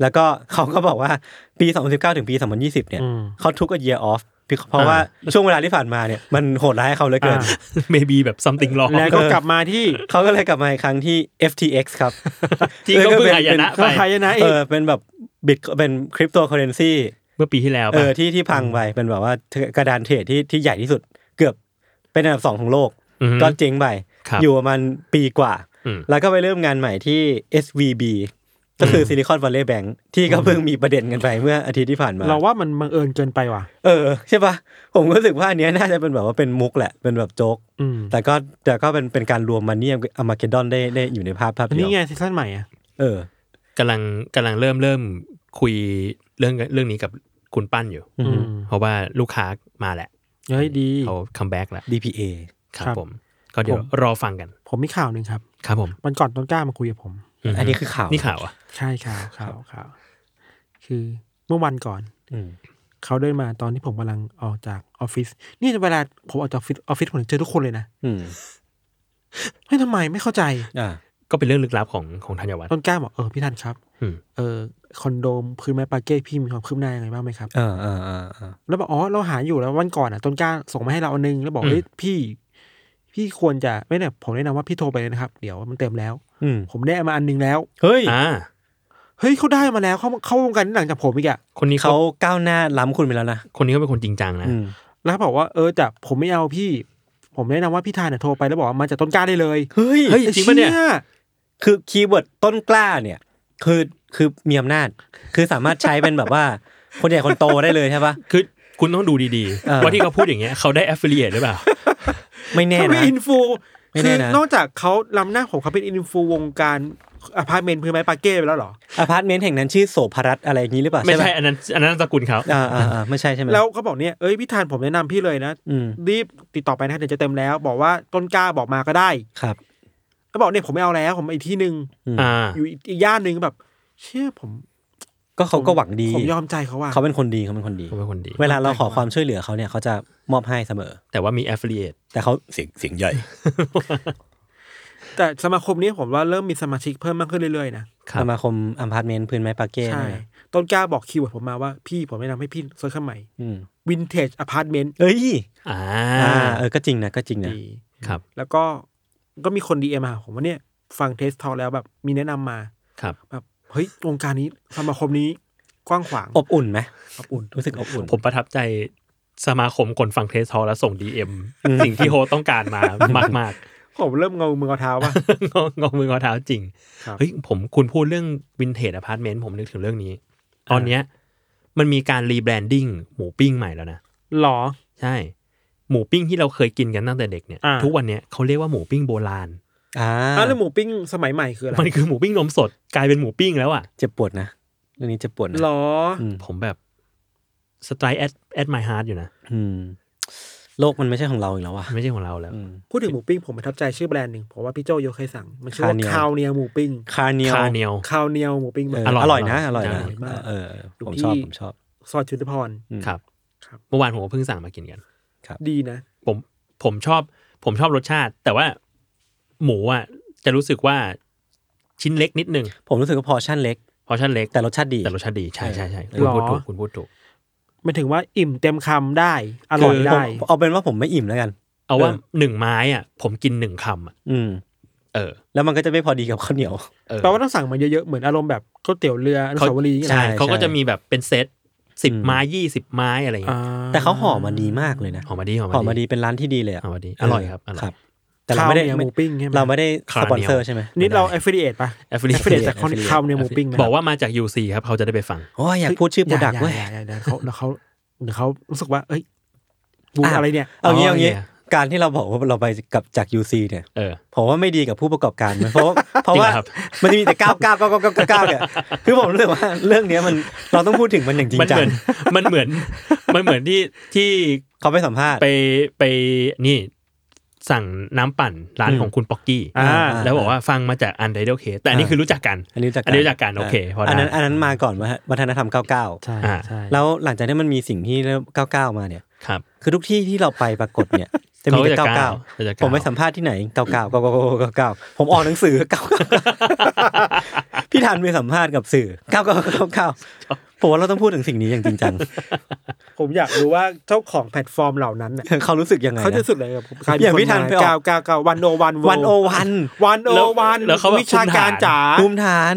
B: แล้วก็เขาก็บอกว่าปี 2019 ถึงปี 2020 เนี่ย
D: อืม
B: เขาทุกเยียออฟเพราะว่าช่วงเวลาที่ผ่านมาเนี่ย มันโหดร้ายให้เขาเหลือเกิน
D: อ่า
C: เมบีแบบ something wrong
D: แล้วก็กลับมาที่
B: เขาก็เลยกลับมาอีกครั้งที่ FTX ครับ
C: ที่ก็
B: เออก็
C: เพิ่ง
B: เป็น
C: อายนะไป
D: เข้าไทยนะอี
B: เอก อเป็นแบบบิตเป็นคริปโตเคอเรนซี
C: เมื่อปีที่แล้ว
B: เอ
C: ป่ะ
B: อที่ที่พังไปเป็นแบบว่ากระดานเทรดที่ที่ใหญ่ที่สุดเกือบเป็นอันดับสองของโลก
C: อือฮึ
B: ก็เจ๊งไป
C: ครับ
B: อยู่ประมาณปีกว่า
C: อืม
B: แล้วก็ไปเริ่มงานใหม่ที่ SVB ก็คือซิลิคอนวัลเลย์แบงค์ที่ก็เพิ่งมีประเด็นกันไปเมื่ออาทิตย์ที่ผ่านมา
D: เราว่ามันบังเอิญเกินไปว่ะ
B: เออใช่ปะผมก็รู้สึกว่าอันเนี้ยน่าจะเป็นแบบว่าเป็นมุกแหละ เป็นแบบโจ๊ก
D: อืม
B: แต่ก็แต่ก็เป็นเป็นการรวมมันนี่อามาเกดอนได้ได้อยู่ในภาพภาพ
D: อัน
B: เดี
D: นี้
B: ยว
D: ไงซีซั่นใหม่อ่ะ
B: เออ
C: กำลังกำลังเริ่มเริ่มคุยเรื่องเรื่องนี้กับคุณปั้นอยู่
B: อืม
D: อืม
C: เพราะว่าลูกค้ามาแหละ
D: เฮ้ยดี
C: เขาคัมแบ็กแล้ว
B: DPA
C: ครับ
D: ครับ
C: ผม ก็เดี๋ยวรอฟังกัน
D: ผมมีข่าวหนึ่งครับ
C: ครับผม
D: วันก่อนต้นกล้ามาคุยกับผม
C: ม
B: อันนี้คือข่าว
C: นี่ข่าวอ่ะ
D: ใช่ข่าวข่าวข่าวคือเมื่อวันก่อน
B: อืม
D: เขาเดินมาตอนที่ผมกำลังออกจากออฟฟิศนี่เวลาผมออกจากออฟฟิศออฟฟิศผมเจอทุกคนเลยนะ
B: อืม
D: เฮ้ยทำไมไม่เข้าใจ
B: อ่า
C: ก็เป็นเรื่องลึกลับของของธัญวัฒน์
D: ต้นกล้าบอกเออพี่ทันครับ
C: อืม
D: เออคอนโดมพื้นไม้ปาเก้พี่มีความคืบหน้ายังไงบ้างไหมครับ
B: อ่าอ่าอ่าอ่า
D: แล้วบอกอ๋อเราหาอยู่แล้ววันก่อนอ่ะต้นกล้าส่งมาให้เราอันนึงแล้วบอกเฮ้ยพี่ พี่ควรจะไม่เนี่ยผมแนะนำว่าพี่โทรไปเลยนะครับ เดี๋ยวมันเต็มแล้ว
B: อืม
D: ผมได้มาอันนึงแล้ว
B: เฮ้ย
C: อ่า
D: เฮ้ยเขาได้มาแล้วเขาเข้าวงการนี่หลังจากผมอีกอ่ะ
C: คนนี้เขา
B: เขาก้าวหน้าล้ำคุณไปแล้วนะ
C: คนนี้ก็เป็นคนจริงจังนะ
B: อืม
D: แล้วบอกว่าเออแต่ผมไม่เอาพี่ ผมแนะนำว่าพี่ทานน่ะโทรไปแล้วบอกว่ามาจากต้นกล้าได้เลย
B: เฮ้ย
C: เฮ้ย จริงปะเนี่ย
D: ชี่
B: คือคีย์เวิร์ดต้นกล้าเนี่ย คือคือมีอำนาจ คือสามารถใช้เป็นแบบว่า [LAUGHS] คนใหญ่คนโตได้เลยใช่ปะ
C: คือคุณต้องดูดี
B: เออ
C: ๆ ว่าที่เขาพูดอย่างเงี้ยเขาได้ affiliate หรือเปล่า
B: ไม่แน่
D: เขาเป็
B: นะ
D: นอินฟู
B: ไม่แน่
D: คือ
B: นะ
D: นอกจากเขาล้ำหน้าผมเขาเป็นอินฟูวงการอพาร์ตเมนต์พื้นไม้ปาเก้ไปแล้วเหรอ
B: อพาร์ตเมนต์แห่งนั้นชื่อโสภรัตน์อะไรอย่างนี้หรือเปล่า
C: ไม่
B: ปะ
C: ใช่อันนั้นอันนั้นนามสกุลเขา
B: อ่าอ่าอ่าไม่ใช่ใช่ไหม
D: แล้วเขาบอกเนี่ยเอ้ยพี่ทานผมแนะนำพี่เลยนะ
B: อืม
D: รีบติดต่อไปนะเดี๋ยวจะเต็มแล้ว บอกว่าต้นกล้าบอกมาก็ได้
B: ครับ
D: แล้วบอกเนี่ยผมไม่เอาแล้ว ผมไปอีกที่หนึ่ง
B: อืม
C: อ่า
D: อยู่อีกอีกย่านหนึ่งแบบ เชื่อผม
B: ก็เขาก็หวังดี
D: ผมยอมใจเขาว่า
B: เขาเป็นคนดีเขาเป็นคนดี
C: เขาเป็นคนดี
B: เวลาเราขอความช่วยเหลือเขาเนี่ยเขาจะมอบให้เสมอ
C: แต่ว่ามี affiliate
B: แต่เขาเสียงเสียงใหญ่
D: แต่สมาคมเนี้ผมว่าเริ่มมีสมาชิกเพิ่มมากขึ้นเรื่อยๆนะ
C: ครั
B: ส
C: บ
B: มาคมอัมพาร์ตเมนต์พื้นไม้ปาเก้
D: ใช่
B: เนี่ยนะ
D: ต้นกล้าบอกคีย์เวิร์ดผมมาว่าพี่ผมแนะนำให้พี่เซิร์ชเข้าใหม่
B: อืม
D: วินเทจอพาร์ตเมนต์
B: เอ้ย
C: อ่า
B: อ่าเออก็จริงนะก็จริงนะ
D: ดี
C: ครับ
D: แล้วก็ก็มีคนดีเอ็มหาผมว่าเนี่ย ฟังเทสทอแล้วแบบมีแนะนำมา
C: ครับ
D: แบบเฮ้ยวงการนี้สมาคมนี้กว้างขวาง
B: อบอุ่นไหม
D: อบอุ่น
B: รู้สึกอบอุ่น
C: ผมประทับใจสมาคมคนฟังเทสทอลแล้วส่ง DM สิ่งที่โฮสต์ต้องการ [LAUGHS] มามาก
D: ผมเริ่มเงามือเงาเท้าว่า
C: ๆ งองอมืองอเท้าจริง
D: ครับ
C: เฮ้ยผมคุณพูดเรื่องวินเทจอพาร์ตเมนต์ผมนึกถึงเรื่องนี้ ตอนเนี้ยมันมีการรีแบรนดิ้งหมูปิ้งใหม่แล้วนะ
D: หรอ
C: ใช่ หมูปิ้งที่เราเคยกินกันตั้งแต่เด็กเนี่ย
D: อ่า
C: ทุกวันเนี้ยเขาเรียกว่าหมูปิ้งโบราณ
B: อ่า
D: อ่ะแล้วหมูปิ้งสมัยใหม่คืออะไร
C: มันคือหมูปิ้งนมสดกลายเป็นหมูปิ้งแล้วอ่ะ
B: เจ็บปวดนะเรื่องนี้เจ็บปวดนะ
D: หรอ
B: อืม
C: ผมแบบสไตล์แอดแอดไมฮาร์ดอยู่นะ
B: อืมโลกมันไม่ใช่ของเราอีกแล้วอ่ะ
C: ไม่ใช่ของเราแล้ว
B: อืม
D: พูดถึงหมูปิ้งผมประทับใจชื่อแบรนด์หนึ่งผมว่าพี่โจโยเคยสั่ง มันชื่อว่า
B: คาเนียล
D: คาวเนียหมูปิ้ง
B: คาเนียล
C: คาเนียว
D: คาวเนียหมูปิ้ง
B: เออ
C: ร่อย
B: อร่อยนะอร่อย
C: อ
B: นะ
C: ร่อย
D: มาก
B: เออเออผม
D: อยู่
B: ช
D: ที่
B: อบผมชอบ
D: ซอยชุนทพร
B: อืม
C: ครับ
D: ครับ
C: เมื่อวานผมก็เพิ่งสั่งมากินกัน
D: ดีนะ
C: ผมผมชอบ ผมชอบรสชาติ แต่ว่าหมูอ่ะจะรู้สึกว่าชิ้นเล็กนิดนึง
B: ผมรู้สึกว่าพอชั่นเล็ก
C: เพราะชั้นเล็ก
B: แต่รสชาติดี
C: แต่รสชาติดีใช่ใช่ใช่
B: เออ
C: คุณพูดถูกคุณพูดถูก
D: หมายถึงว่าอิ่มเต็มคำได้ อร่อย
C: คือ
D: ได้
B: ผมเอาเป็นว่าผมไม่อิ่มแล้วกัน
C: เอาว่า
B: เออ
C: หนึ่งไม้อ่ะ ผมกินหนึ่งคำอ่ะ
B: อืม
C: เออ
B: แล้วมันก็จะไม่พอดีกับข้าวเหนียว
C: เออ
D: แปลว่าต้องสั่งมาเยอะๆ เหมือนอารมณ์แบบก๋วยเตี๋ยวเรืออนุสาวรีย์อย่างเงี้ย
C: ใช่
B: ใช่
C: เขาก็
B: ใช่
C: จะมีแบบเป็นเซตสิบ
B: อืม
C: ไม้ยี่สิบไม้อะไร
D: อ่า
C: เงี้ย
B: แต่เขาห่อมาดีมากเลยนะ
C: หอมมาดีหอม
B: ห่อมา
C: มาดี
B: ดีเป็นร้านที่ดีเลยอะ
C: หอมมาดีอร่อยครับอร่อย
B: ครับ แต่เราไม่ได้
D: ข้าวเหนียวหมูปิ้งใช่ไหม
B: เราไม่ได้
C: ข้าว
B: ส
C: เห
B: ป
C: นียว
B: อนเซอร์ใช่ไหม
D: นี่เรา a อ f i l i a t e ปะ
C: Affiliate
D: เดตจากคนข้าวเนียหมูปิ้งไหม
C: บอกว่ามาจาก UC ครับเขาจะได้ไปฟัง
B: โอ้ยอยากพูดชื่อโปรดักต์เว้ย
D: อย่าอย่าอย่าเขาเดี๋ยวเขาเดี๋ยวเขารู้สึกว่า เอ้ยบูมอะไรเนี่ย
B: เอางี้
C: อ๋อ
B: เอางี้
C: เนี่ย
B: การที่เราบอกว่าเราไปกับจาก UC เนี่ย
C: เออ
B: ผมว่าไม่ดีกับผู้ประกอบการไหมเพราะว่าเพราะว่า
C: จริงเหรอครับ
B: มันจะมีแต่ก้าวก้าวก้าวก้าวก้าวเนี่ยคือผมรู้สึกว่าเรื่องเนี้ยมันเราต้องพูดถึงมันอย่างจริง
C: มัน
B: จั
C: เห
B: ง
C: มือนมันเหมือนมันเหมือนที่ที่
B: เขาไปสัมภาษณ์
C: ไปไปนี่สั่งน้ำปั่นร้าน
B: อืม
C: ของคุณป๊อกกี้
B: อ่า
C: แล้วบอกว่าฟังมาจากอันเดอร์เคสแต่อันนี้คือรู้จักกัน
B: อันนี้รู้จัก
C: อันนี้รู้จักกันโอเคพอได้
B: อันนั้นอันนั้นมาก่อนวัฒนธรรมก้าวก้าว
D: ใช่
C: อ่า
D: ใช่
B: แล้วหลังจากนั้นมันมีสิ่งที่เริ่มก้าวก้าวมาเนี่ย
C: ครับ
B: คือทุกที่ที่เราไปปรากฏเนี่ย จะมีแต่เก้าเก้า
C: ขจะ
B: ผมไปสัมภาษณ์ที่ไหนเก้าเก้าเก้าเก้าเก้าเก้าผมออกหนังสือเก้าพี่ธันไปสัมภาษณ์กับสื่อเก้าเก้าเก้าเก้าผมว่าเราต้องพูดถึงสิ่งนี้อย่างจริงจัง
D: ผมอยากรู้ว่าเจ้าของแพลตฟอร์มเหล่านั้นน่ะ
B: เขารู้สึกยังไง
D: เขา
B: นะ
D: จะรู้สุดเลยกับการ
B: อย่างพี่ทันไปออก
D: ก้าวก้าวก้าววันโอวัน
B: วันโอวัน
D: วันโอวัน
C: แล้วเขาแบบ
D: วิชาการจ๋า
B: ภูมิฐาน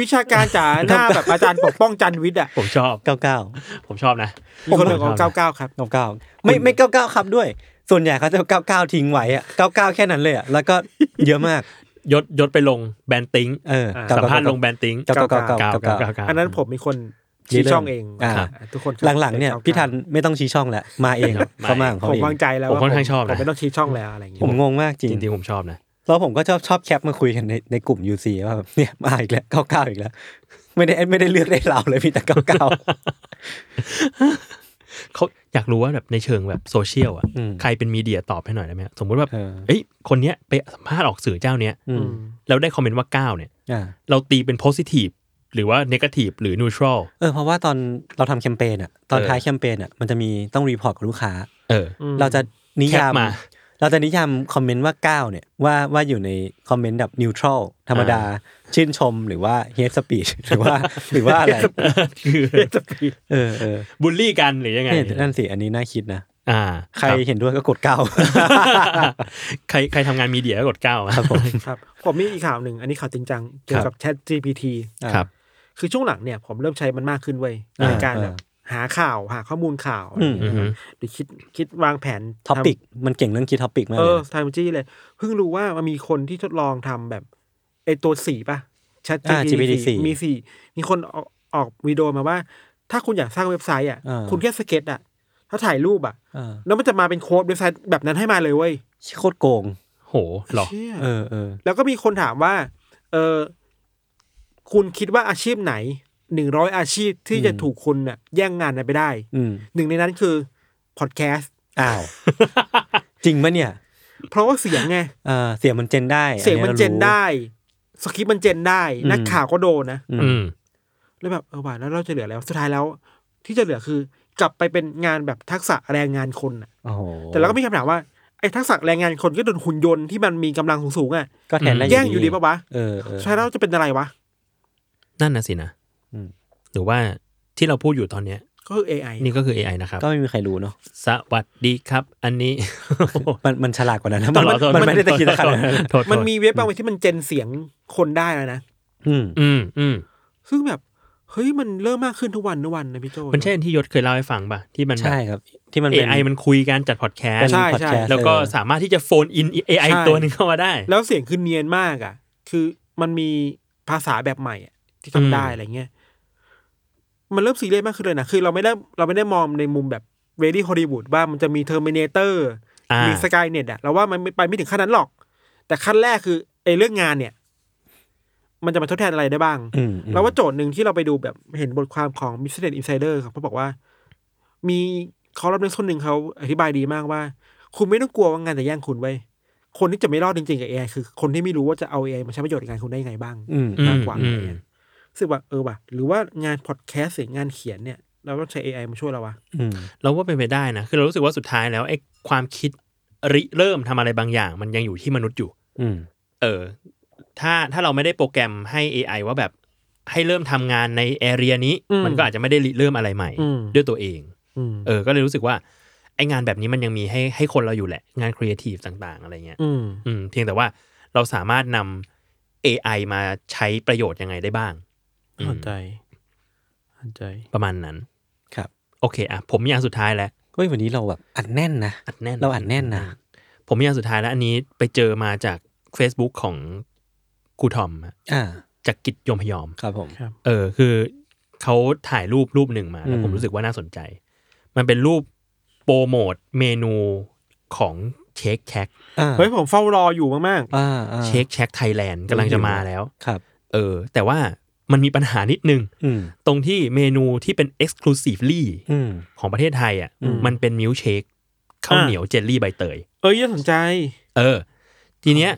D: วิชาการจ๋าหน้าแบบอาจารย์ปกป้องจันทร์วิทย์อ่ะ
C: ผมชอบ
B: เก้าเก้า
C: ผมชอบนะ
D: มีคนหนึ่ง
C: ผมว่า
D: เอาก้าวก้าวครับ
B: เก้าเก้าไม่ไม่เก้าเก้าครับด้วย [LAUGHS] ส่วนใหญ่เขาจะเก้าเก้าทิ้งไว้อะเก้าเก้าแค่นั้นเลยอะแล้วก็เยอะมาก
C: ยศยศไปลงแบนติ้ง
B: เออ
D: อ่า
B: เก่
C: สัมภาษณ์
B: ๆ
C: ลงแบนติ้ง
B: เก่าๆเก่าๆ
C: เก่า
B: เก่า
C: ๆ
B: ๆเก่า
C: เก่า
D: อันนั้นผมมีคนชี้ช่องเอง
B: อ่า
C: ครับ
D: ทุกคนก็
B: หลังๆเนี่ย
D: ช่อ
B: พี่ทันไม่ต้องชี้ช่องแล้วมาเองเขามาของ
D: ผ
B: เขา
D: ม
B: เอง
D: วางใจแล้ว
C: ผม
D: ว่า
C: ค่อนข้างชอบ
D: ผม
C: นะ
D: ไม่ต้องชี้ช่องแล้วอะไรอย่าง
B: ผ
D: เงี้
B: ม
D: ย
B: งงมากจริง
C: จริงๆผมชอบนะ
B: แล้วผมก็ชอบชอบแคปมาคุยกันในในกลุ่ม UC ว่าแบบ [LAUGHS] เนี่ยมาอีกแล้วเก้าเก้าอีกแล้ว ไม่ได้ไม่ได้เลือกได้ราวเลยพี่แต่เก้าเก้า
C: เขาอยากรู้ว่าแบบในเชิงแบบโซเชียลอ่ะ
B: อืม
C: ใครเป็นมีเดียตอบให้หน่อยได้ไหมสมมติว่า
B: เออ
C: เอ้ยคนเนี้ยไปสัมภาษณ์ออกสื่อเจ้าเนี้ย
B: อื
D: อื
B: ม
D: ม
C: แล้วได้คอมเมนต์ว่าเก้าเนี่ย
B: อ่า
C: เราตีเป็น positive หรือว่า negative หรือ neutral
B: เออเพราะว่าตอนเราทำแคมเปญอะตอน
C: เออ
B: ท้ายแคมเปญอะมันจะมีต้องรีพอร์ตกับลูกค้า
C: เออ
D: อืม
B: เราจะนิยาม
C: แคปมา
B: เราจะนิยามคอมเมนต์ว่า 9 เนี่ยว่าว่าอยู่ในคอมเมนต์แบบนิวทรัลธรรมดา ชื่นชมหรือว่าเฮดสปีดหรือว่า
D: [LAUGHS]
B: หรือว่าอะไร
C: คือ
D: จะปี
B: เออเออ
C: บูลลี่กันหรือยังไง
B: เนี่ยนั่นสิ อันนี้น่าคิดนะ
C: อ่า
B: ใคร
C: บ
B: เห็นด้วยก็กดเก้า
D: [LAUGHS]
C: ใคร [LAUGHS] ใครทำงานมีเดียก็กดเก้าครับผม
D: ครับผมมีอีกข่าวหนึ่งอันนี้ข่าวจริงจังเกี่ยวกับ Chat GPT
C: ครับ
D: คือช่วงหลังเนี่ยผมเริ่มใช้มันมากขึ้นเว้ย
B: อ่า
D: ในการแบบ
B: อ่
D: หาข่าวหาข้อมูลข่าวอะไรอย่าง
C: อื
D: เงี้ย
C: อฮึ
D: หรือคิดคิดวางแผน
B: ท็อปิก
D: ทำ
B: มันเก่งเรื่องคิดท็อปิกมาก
D: เอ
B: เลย
D: อ
B: นะ
D: ไทม์จี้เลยเพิ่งรู้ว่ามันมีคนที่ทดลองทำแบบไอตัวสีป่ะ Chat
B: า GPT สี่
D: มีสี่มีคนออกออกวิดีโอมาว่า ถ้าคุณอยากสร้างเว็บไซต์อ่ะ
B: อ่า
D: คุณแค่สเก็ตอ่ะถ้าถ่ายรูปอ่ะ
B: เออ
D: แล้วมันจะมาเป็นโค้ดเว็บไซต์แบบนั้นให้มาเลยเว้ย
B: โคตรโกง
C: โหหรอ
D: เชี่ย
B: เออเออ
D: แล้วก็มีคนถามว่า เออคุณคิดว่าอาชีพไหนหนึ่งร้อยอาชีพที่จะถูกคุณน่ะแย่งงานกันไปได้
B: อืม
D: หนึ่งในนั้นคือพอดแคสต์
B: อ้าว จริงปะเนี่ย
D: เพราะว่าเสียงไง
B: เออเสียงมันเจนได้อั
D: เสียงมัน
B: รารู้
D: เจนได้ สคริปต์มันเจนได้
B: อืม
D: นักข่าวก็โดนนะ
B: อืม
C: อืม
D: แล้วแบบเออว่าแล้วเราจะเหลือแล้วสุดท้ายแล้ว ที่จะเหลือคือกลับไปเป็นงานแบบทักษะแรงงานคนน่ะ
B: โอ้โห
D: แต่เราก็มีคำถามว่าไอ้ทักษะแรงงานคนก็โดนหุ่นยนต์ที่มันมีกำลังสูงๆอ่ะ
B: ก็แทนได้
D: แย่งอยู่ดีปะวะ
B: เออเออ
D: ใช่แล้วจะเป็นอะไรวะ
C: นั่นนะสินะ
B: อืม
C: หรือว่าที่เราพูดอยู่ตอนเนี้ย
D: ก็คือ AI
C: นี่ก็คือ AI นะครับ
B: ก็ไม่มีใครรู้เนาะ
C: สวัสดีครับ อันนี้
B: มันมันฉลาดกว่านั้นนะ
C: ต
B: มัน
C: ลอด
B: มันมันไม่ได้ตะคิดตะขันนะ
C: โทษ
D: มันมีเว็บบางเว็บที่มันเจนเสียงคนได้แล้วนะ
B: อืม
C: อืมอืม
D: ซึ่งแบบ เฮ้ยมันเริ่มมากขึ้นทุกวันทุกวันนะพี่โจ
C: มันใช่อันที่ยศเคยเล่าให้ฟังป่ะ ที่มันแบบ
B: ใช่ครับ ที่มันเป็น
C: AI มันคุยการจัดพอดแคส
B: เป็น
C: ต์
D: ใช่
B: podcast
D: ใช่
C: แล้วก็
B: เออ
C: สามารถที่จะโฟนอิน AI
D: ใช่
C: ตัวหนึ่งเข้ามาได้
D: แล้วเสียงคือเนียนมากอ่ะ คือมันมีภาษาแบบใหม่อะที่ทำได้
C: อืม
D: อะไรเงี้ย มันเริ่มซีเรียสมากขึ้นเลยนะ คือเราไม่ได้เราไม่ได้มองในมุมแบบเวดี้ฮอลลีวูดว่ามันจะมีเทอร์มินเตอร์
C: อ่า
D: มีสกายเน็ตอ่ะเราว่ามันไม่ไปไม่ถึงขั้นนั้นหรอก แต่ขั้นแรกคือไอ้เรื่องงานเนี่ย มันจะมาทดแทนอะไรได้บ้าง
B: อืมอืม
D: เราว่าโจทย์หนึ่งที่เราไปดูแบบเห็นบทความของ Business Insider ครับเขาบอกว่า มีคอลัมนิสต์คนหนึ่งเขาอธิบายดีมากว่า คุณไม่ต้องกลัวว่างานจะแย่งคุณไว้ยคนที่จะไม่รอดจริงๆกับ AI คือคนที่ไม่รู้ว่าจะเอา AI มาใช้ประโยชน์ในงานคุณได้ยังไงบ้าง
B: อืม
C: อื
D: มาก
C: ม
D: กว่า
C: อืม
D: ซึ่งว่าเออว่ะหรือว่างานพอดแคสต์หรืองานเขียนเนี่ย เราต้องใช้ AI มาช่วยเราวะ
B: อืม
C: เราว่าเป็นไปได้นะ คือเรารู้สึกว่าสุดท้ายแล้วไอ้ความคิดริเริ่มทำอะไรบางอย่าง มันยังอยู่ที่มนุษย์อยู่
B: อืม
C: เออ ถ้าถ้าเราไม่ได้โปรแกรมให้ AI ว่าแบบให้เริ่มทำงานในแอเรียนี้ มันก็อาจจะไม่ได้ริเริ่มอะไรใหม่
D: อืม
C: ด้วยตัวเอง
D: อืม
C: เออ ก็เลยรู้สึกว่าไอ้งานแบบนี้มันยังมีให้ให้คนเราอยู่แหละ งานครีเอทีฟต่างๆ อะไรเงี้ย
D: อืม
C: อืมเพียงแต่ว่าเราสามารถนำ AI มาใช้ประโยชน์ยังไงได้บ้างอืม
D: เข้าใจเข้าใจ
C: ประมาณนั้น
B: ครับ
C: โอเคอ่ะผมมีอย่างสุดท้ายแล้ว
B: เฮ้ยวันนี้เราแบบอัดแน่นนะ
C: อัดแน่น
B: เราอัดแน่นนะ
C: ผมมีอย่างสุดท้ายแล้ว อันนี้ไปเจอมาจาก Facebook ของครูทอมฮะ
B: อ่า
C: จากกิจยมพยอม
B: ครับผม
C: เออ คือเขาถ่ายรูปรูปหนึ่งมาแล้ว
B: อืม
C: ผมรู้สึกว่าน่าสนใจ มันเป็นรูปโปรโมทเมนูของเชคแชก
B: อ่า
D: เฮ้ยผมเฝ้ารออยู่มาก
B: อ่าอ่า
C: เชคแชกไทยแลนด์กำลังจะมาแล้ว
B: ครับ
C: เออ แต่ว่ามันมีปัญหานิดนึง
B: อืม
C: ตรงที่เมนูที่เป็น exclusively
B: อืม
C: ของประเทศไทยอ่ะ
B: อืม
C: มันเป็นมิลค์เชคข้าวเหนียวเจลลี่ใบเตย
D: ๆ เอ้ยน่าสนใจ
C: เออ ทีเนี้ย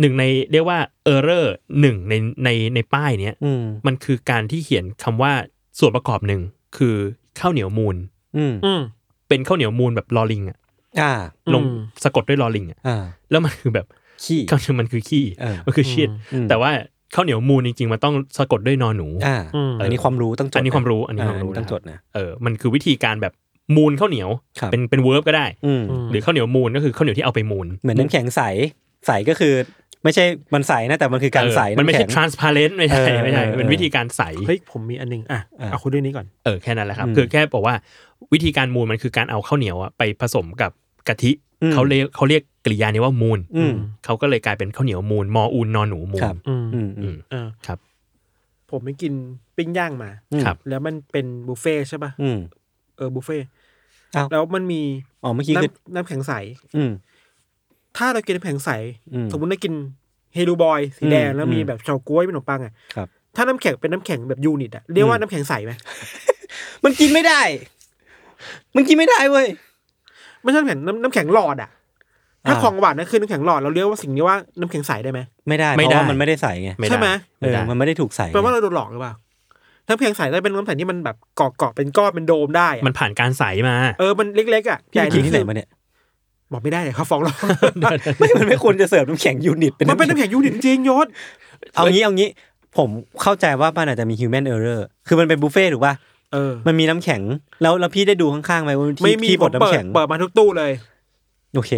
C: หนึ่งในเรียกว่าเออร์เรอร์หนึ่งในในในป้ายเนี้ย
B: อืม
C: มันคือการที่เขียนคำว่าส่วนประกอบหนึ่งคือข้าวเหนียวมูล
B: อืม
D: อืม
C: เป็นข้าวเหนียวมูลแบบลอลิงอ่ะ
B: อ่า
C: ลง
D: อืม
C: สะกดด้วยลอลิงอ่ะ
B: อ่า
C: แล้วมันคือแบบ
B: ขี้
C: ข้าวเหนียวมันคือขี้
B: เออ
C: มันคือชีด
B: อืม
C: แต่ว่าข้าวเหนียวมูลจริงๆมันต้องสะกดด้วยนอหนู
B: อ่า
D: อืม
B: อันนี้ความรู้ต้องจด
C: อันนี้ความรู้อันนี้
B: อ่
C: ความรู้
B: ต้องจดนะ
C: เออมันคือวิธีการแบบมูลข้าวเหนียว
B: ครับ
C: เป็นเป็นเวิร์บก็ได้
B: อืม
C: หรือข้าวเหนียวมูลก็คือข้าวเหนียวที่เอาไปมูล
B: เหมือนน้ำแข็งใส ใสก็คือ ไม่ใช่มันใสนะแต่มันคือการใส
C: เออมัน
B: ำ
C: ไม่ใช่
B: แข็ง
C: transparent ไม่ใช่
B: เออ
C: ไม่ใช่
B: เออ
C: เป็น
B: เออ
C: วิธีการใส
D: เฮ้ยผมมีอันหนึงอ่ะ
B: อ่ะ
D: เอาคุณเรื่องนี้ก่อน
C: เออแค่นั้นแหละครับ
B: อืม
C: คือแค่บอกว่าวิธีการมูลมันคือการเอาข้าวเหนียวอะไปผสมกับกะทิ
B: อืม
C: เขาเรียกเขาเรียกก ริยานี้ว่ามูล
B: อืม
C: เขาก็เลยกลายเป็นข้าวเหนียวมูล มออูนนอนหนูมูล
B: ครับ
D: อืม
B: อืมอื
C: อื
B: ม
C: ม
D: เออ
C: ครับ
D: ผมไปกินปิ้งย่างมา
B: อืม
C: ครับ
D: แล้วมันเป็นบุฟเฟ่ต์ใช่ป่ะ
B: อืม
D: เออบุฟเฟ่ต์
B: อ้าว
D: แล้วมันมี
B: อ๋อเมื่อกี้คือ
D: น้ำน้ำแข็งใส
B: อืม
D: ถ้าเรากินน้ำแข็งใส
B: อืม
D: สมมติเรากินเฮลูบอยสีแดง
B: อืม
D: แล้วมี
B: อืม
D: แบบเฉาก๊วยเป็นขนมปังอ่ะ
B: ครับ
D: ถ้าน้ำแข็งเป็นน้ำแข็งแบบยูนิตอ่ะเรียกว่า
B: อืม
D: น้ำแข็งใสไหม
B: [LAUGHS] มันกินไม่ได้ มันกินไม่ได้เว้ย
D: ไม่ใช่น้ำแข็งน้ำน้ำแข็งหลอดอ่ะ ถ้า
B: อ่า
D: ของหวานนั่นคือน้ำแข็งหลอดเราเรียกว่าสิ่งนี้ว่าน้ำแข็งใสได้ไหม
B: ไม่ได้
C: ไม่
B: เพ
C: ได้
B: ราะว่ามันไม่ได้ใส่ไง
C: ไม่
D: ใช่
C: ได้
D: ไหม
B: เออมันไม่ได้ถูกใส่
D: แปลว่าเราโดนหลอกหรือเปล่าน้ำแข็งใสได้เป็นน้ำแข็งที่มันแบบเกาะเกาะๆเป็นก้อนเป็นโดมได้อะ
C: มันผ่านการใสมา
D: เออมันเล็กๆอ่ะ
B: พี่
D: แต่
B: ไป
D: อั
B: กิน
D: น
B: ที่
D: นี่
B: ไหน
D: คือ
B: มาเนี่ย
D: บอกไม่ได้เลยเขาฟ้องเรา
B: ไม่ มันไม่ควรจะเสิร์ฟน้ำแข็งยูนิต [LAUGHS] เป็น
D: มันเป็นน้ำแข็งยูนิตจริงยศ
B: เอางี้เอางี้ ผมเข้าใจว่ามันอาจจะมี human error คือมันเป็นบุฟเฟ่ต์ถูกป่ะ
D: เออ
B: มันมีน้ำแข็ง แล้วแล้วพี่ได้ดูข้างๆไหมว่าที่
D: ไม่มี
B: ที่บด
D: ผม
B: น้ำ
D: เปิด
B: แข็ง
D: เปิดมาทุกตู้เลย
B: โอเค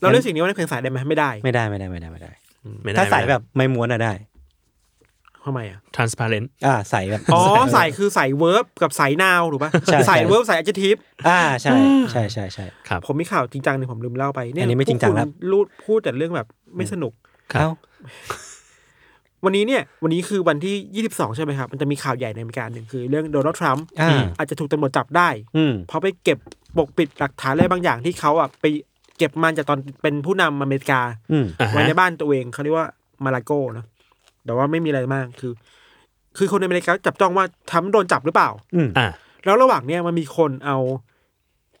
D: เราเรียกสิ่งนี้ว่าน้ำแข็งใสได้ไหมไม่ได้
B: ไม่ได้ไม่ได้ไม่ได้ไม่ได้
C: ไม่ได้
B: ถ้าใส่แบบไม่ม้วนอะได้
D: ทำไมอ่ะ
C: ทรานส p าเรนต์
B: อ่าใส่แบบ [LAUGHS]
D: อ๋อใส่คือใส่เวิร์บกับใส่นาวถูกปะ
B: ใช่ใช่
D: ใส่เวิร์บใส่ adjective
B: อ่าใช่ใช่ใช่ใช่
C: ครับ
D: ผมมีข่าวจริงจังหนึ่งผมลืมเล่าไปเนี่ย
B: อันนี้ไม่จริงจัง
D: พวก
B: แล้ว
D: คุณรูดพูดแต่เรื่องแบบไม่สนุก
C: ครับ
B: เอ้า
D: วันนี้เนี่ย วันนี้คือวันที่ 22 ใช่ไหมครับ มันจะมีข่าวใหญ่ในอเมริกาหนึ่งคือเรื่องโดนัลด์ทรัมป์
B: อ่า
D: อาจจะถูกตำรวจจับได้
B: อืม
D: เพราะไปเก็บปกปิดหลักฐานอะไรบางอย่างที่เขาอ่ะไปเก็บมาจากตอนเป็นผู้นำอเมริกา
B: อืม
C: อ่าฮะ
D: ไว้ในบ้านตัวเองเขาเรียกว่ามาลาโก้นะแต่ว่าไม่มีอะไรมากคือ คือคนในอเมริกาจับจ้องว่าทรัมป์โดนจับหรือเปล่า
B: อืม
C: อ่า
D: แล้วระหว่างเนี้ยมันมีคนเอา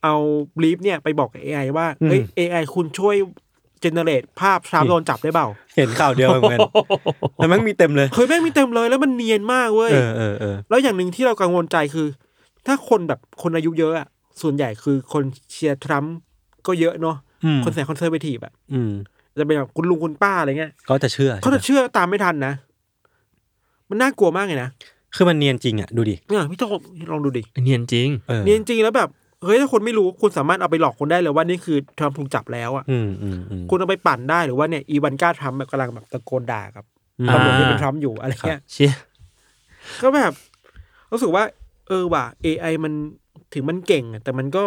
D: เอาบลีฟเนี่ยไปบอกกับ AI ว่า
B: อืม
D: เอ้ย AI คุณช่วยเจเนเรตภาพทรัมป์โดนจับได้เปล่า
B: เห็นข่าวเดียวเหมือนกันแล้วมันมีเต็มเลย
D: เฮ้ยแม่งมีเต็มเลยแล้วมันเนียนมากเว้ย
B: เออเออเออ
D: แล้วอย่างหนึ่งที่เรากังวลใจคือ ถ้าคนแบบคนอายุเยอะอะส่วนใหญ่คือคนเชียร์ทรัมป์ก็เยอะเนาะ
B: อืม
D: คนแสนคอนเซอร์เวทีฟอะ
B: อืม
D: จะเป็นแบบคุณลุงคุณป้าอะไรเงี้ย
B: เขาจะเชื่อ
D: เขาจะเชื่อตามไม่ทันนะ มันน่ากลัวมากเลยนะ
B: คือมันเนียนจริงอ่ะ ดูดิ
D: เนี่ยพี่โจลองดูดิ
C: เนียนจริง
B: เออ
D: เนี่ยจริงๆแล้วแบบเฮ้ยถ้าคนไม่รู้คุณสามารถเอาไปหลอกคนได้เลยว่านี่คือทรัมป์ถูกจับแล้วอะ
B: อืมอืมอืม
D: คุณเอาไปปั่นได้หรือว่าเนี่ยอีวันก้าทรัมป์แบบกำลังแบบตะโกนด่ากับ
B: อืม
D: ตำรวจที่เป็นทรัมป์อยู่อะไรเงี้ย
C: เชี่ย
D: ก็แบบรู้สึกว่า เออว่ะ AI มันถึงมันเก่งอะแต่มันก็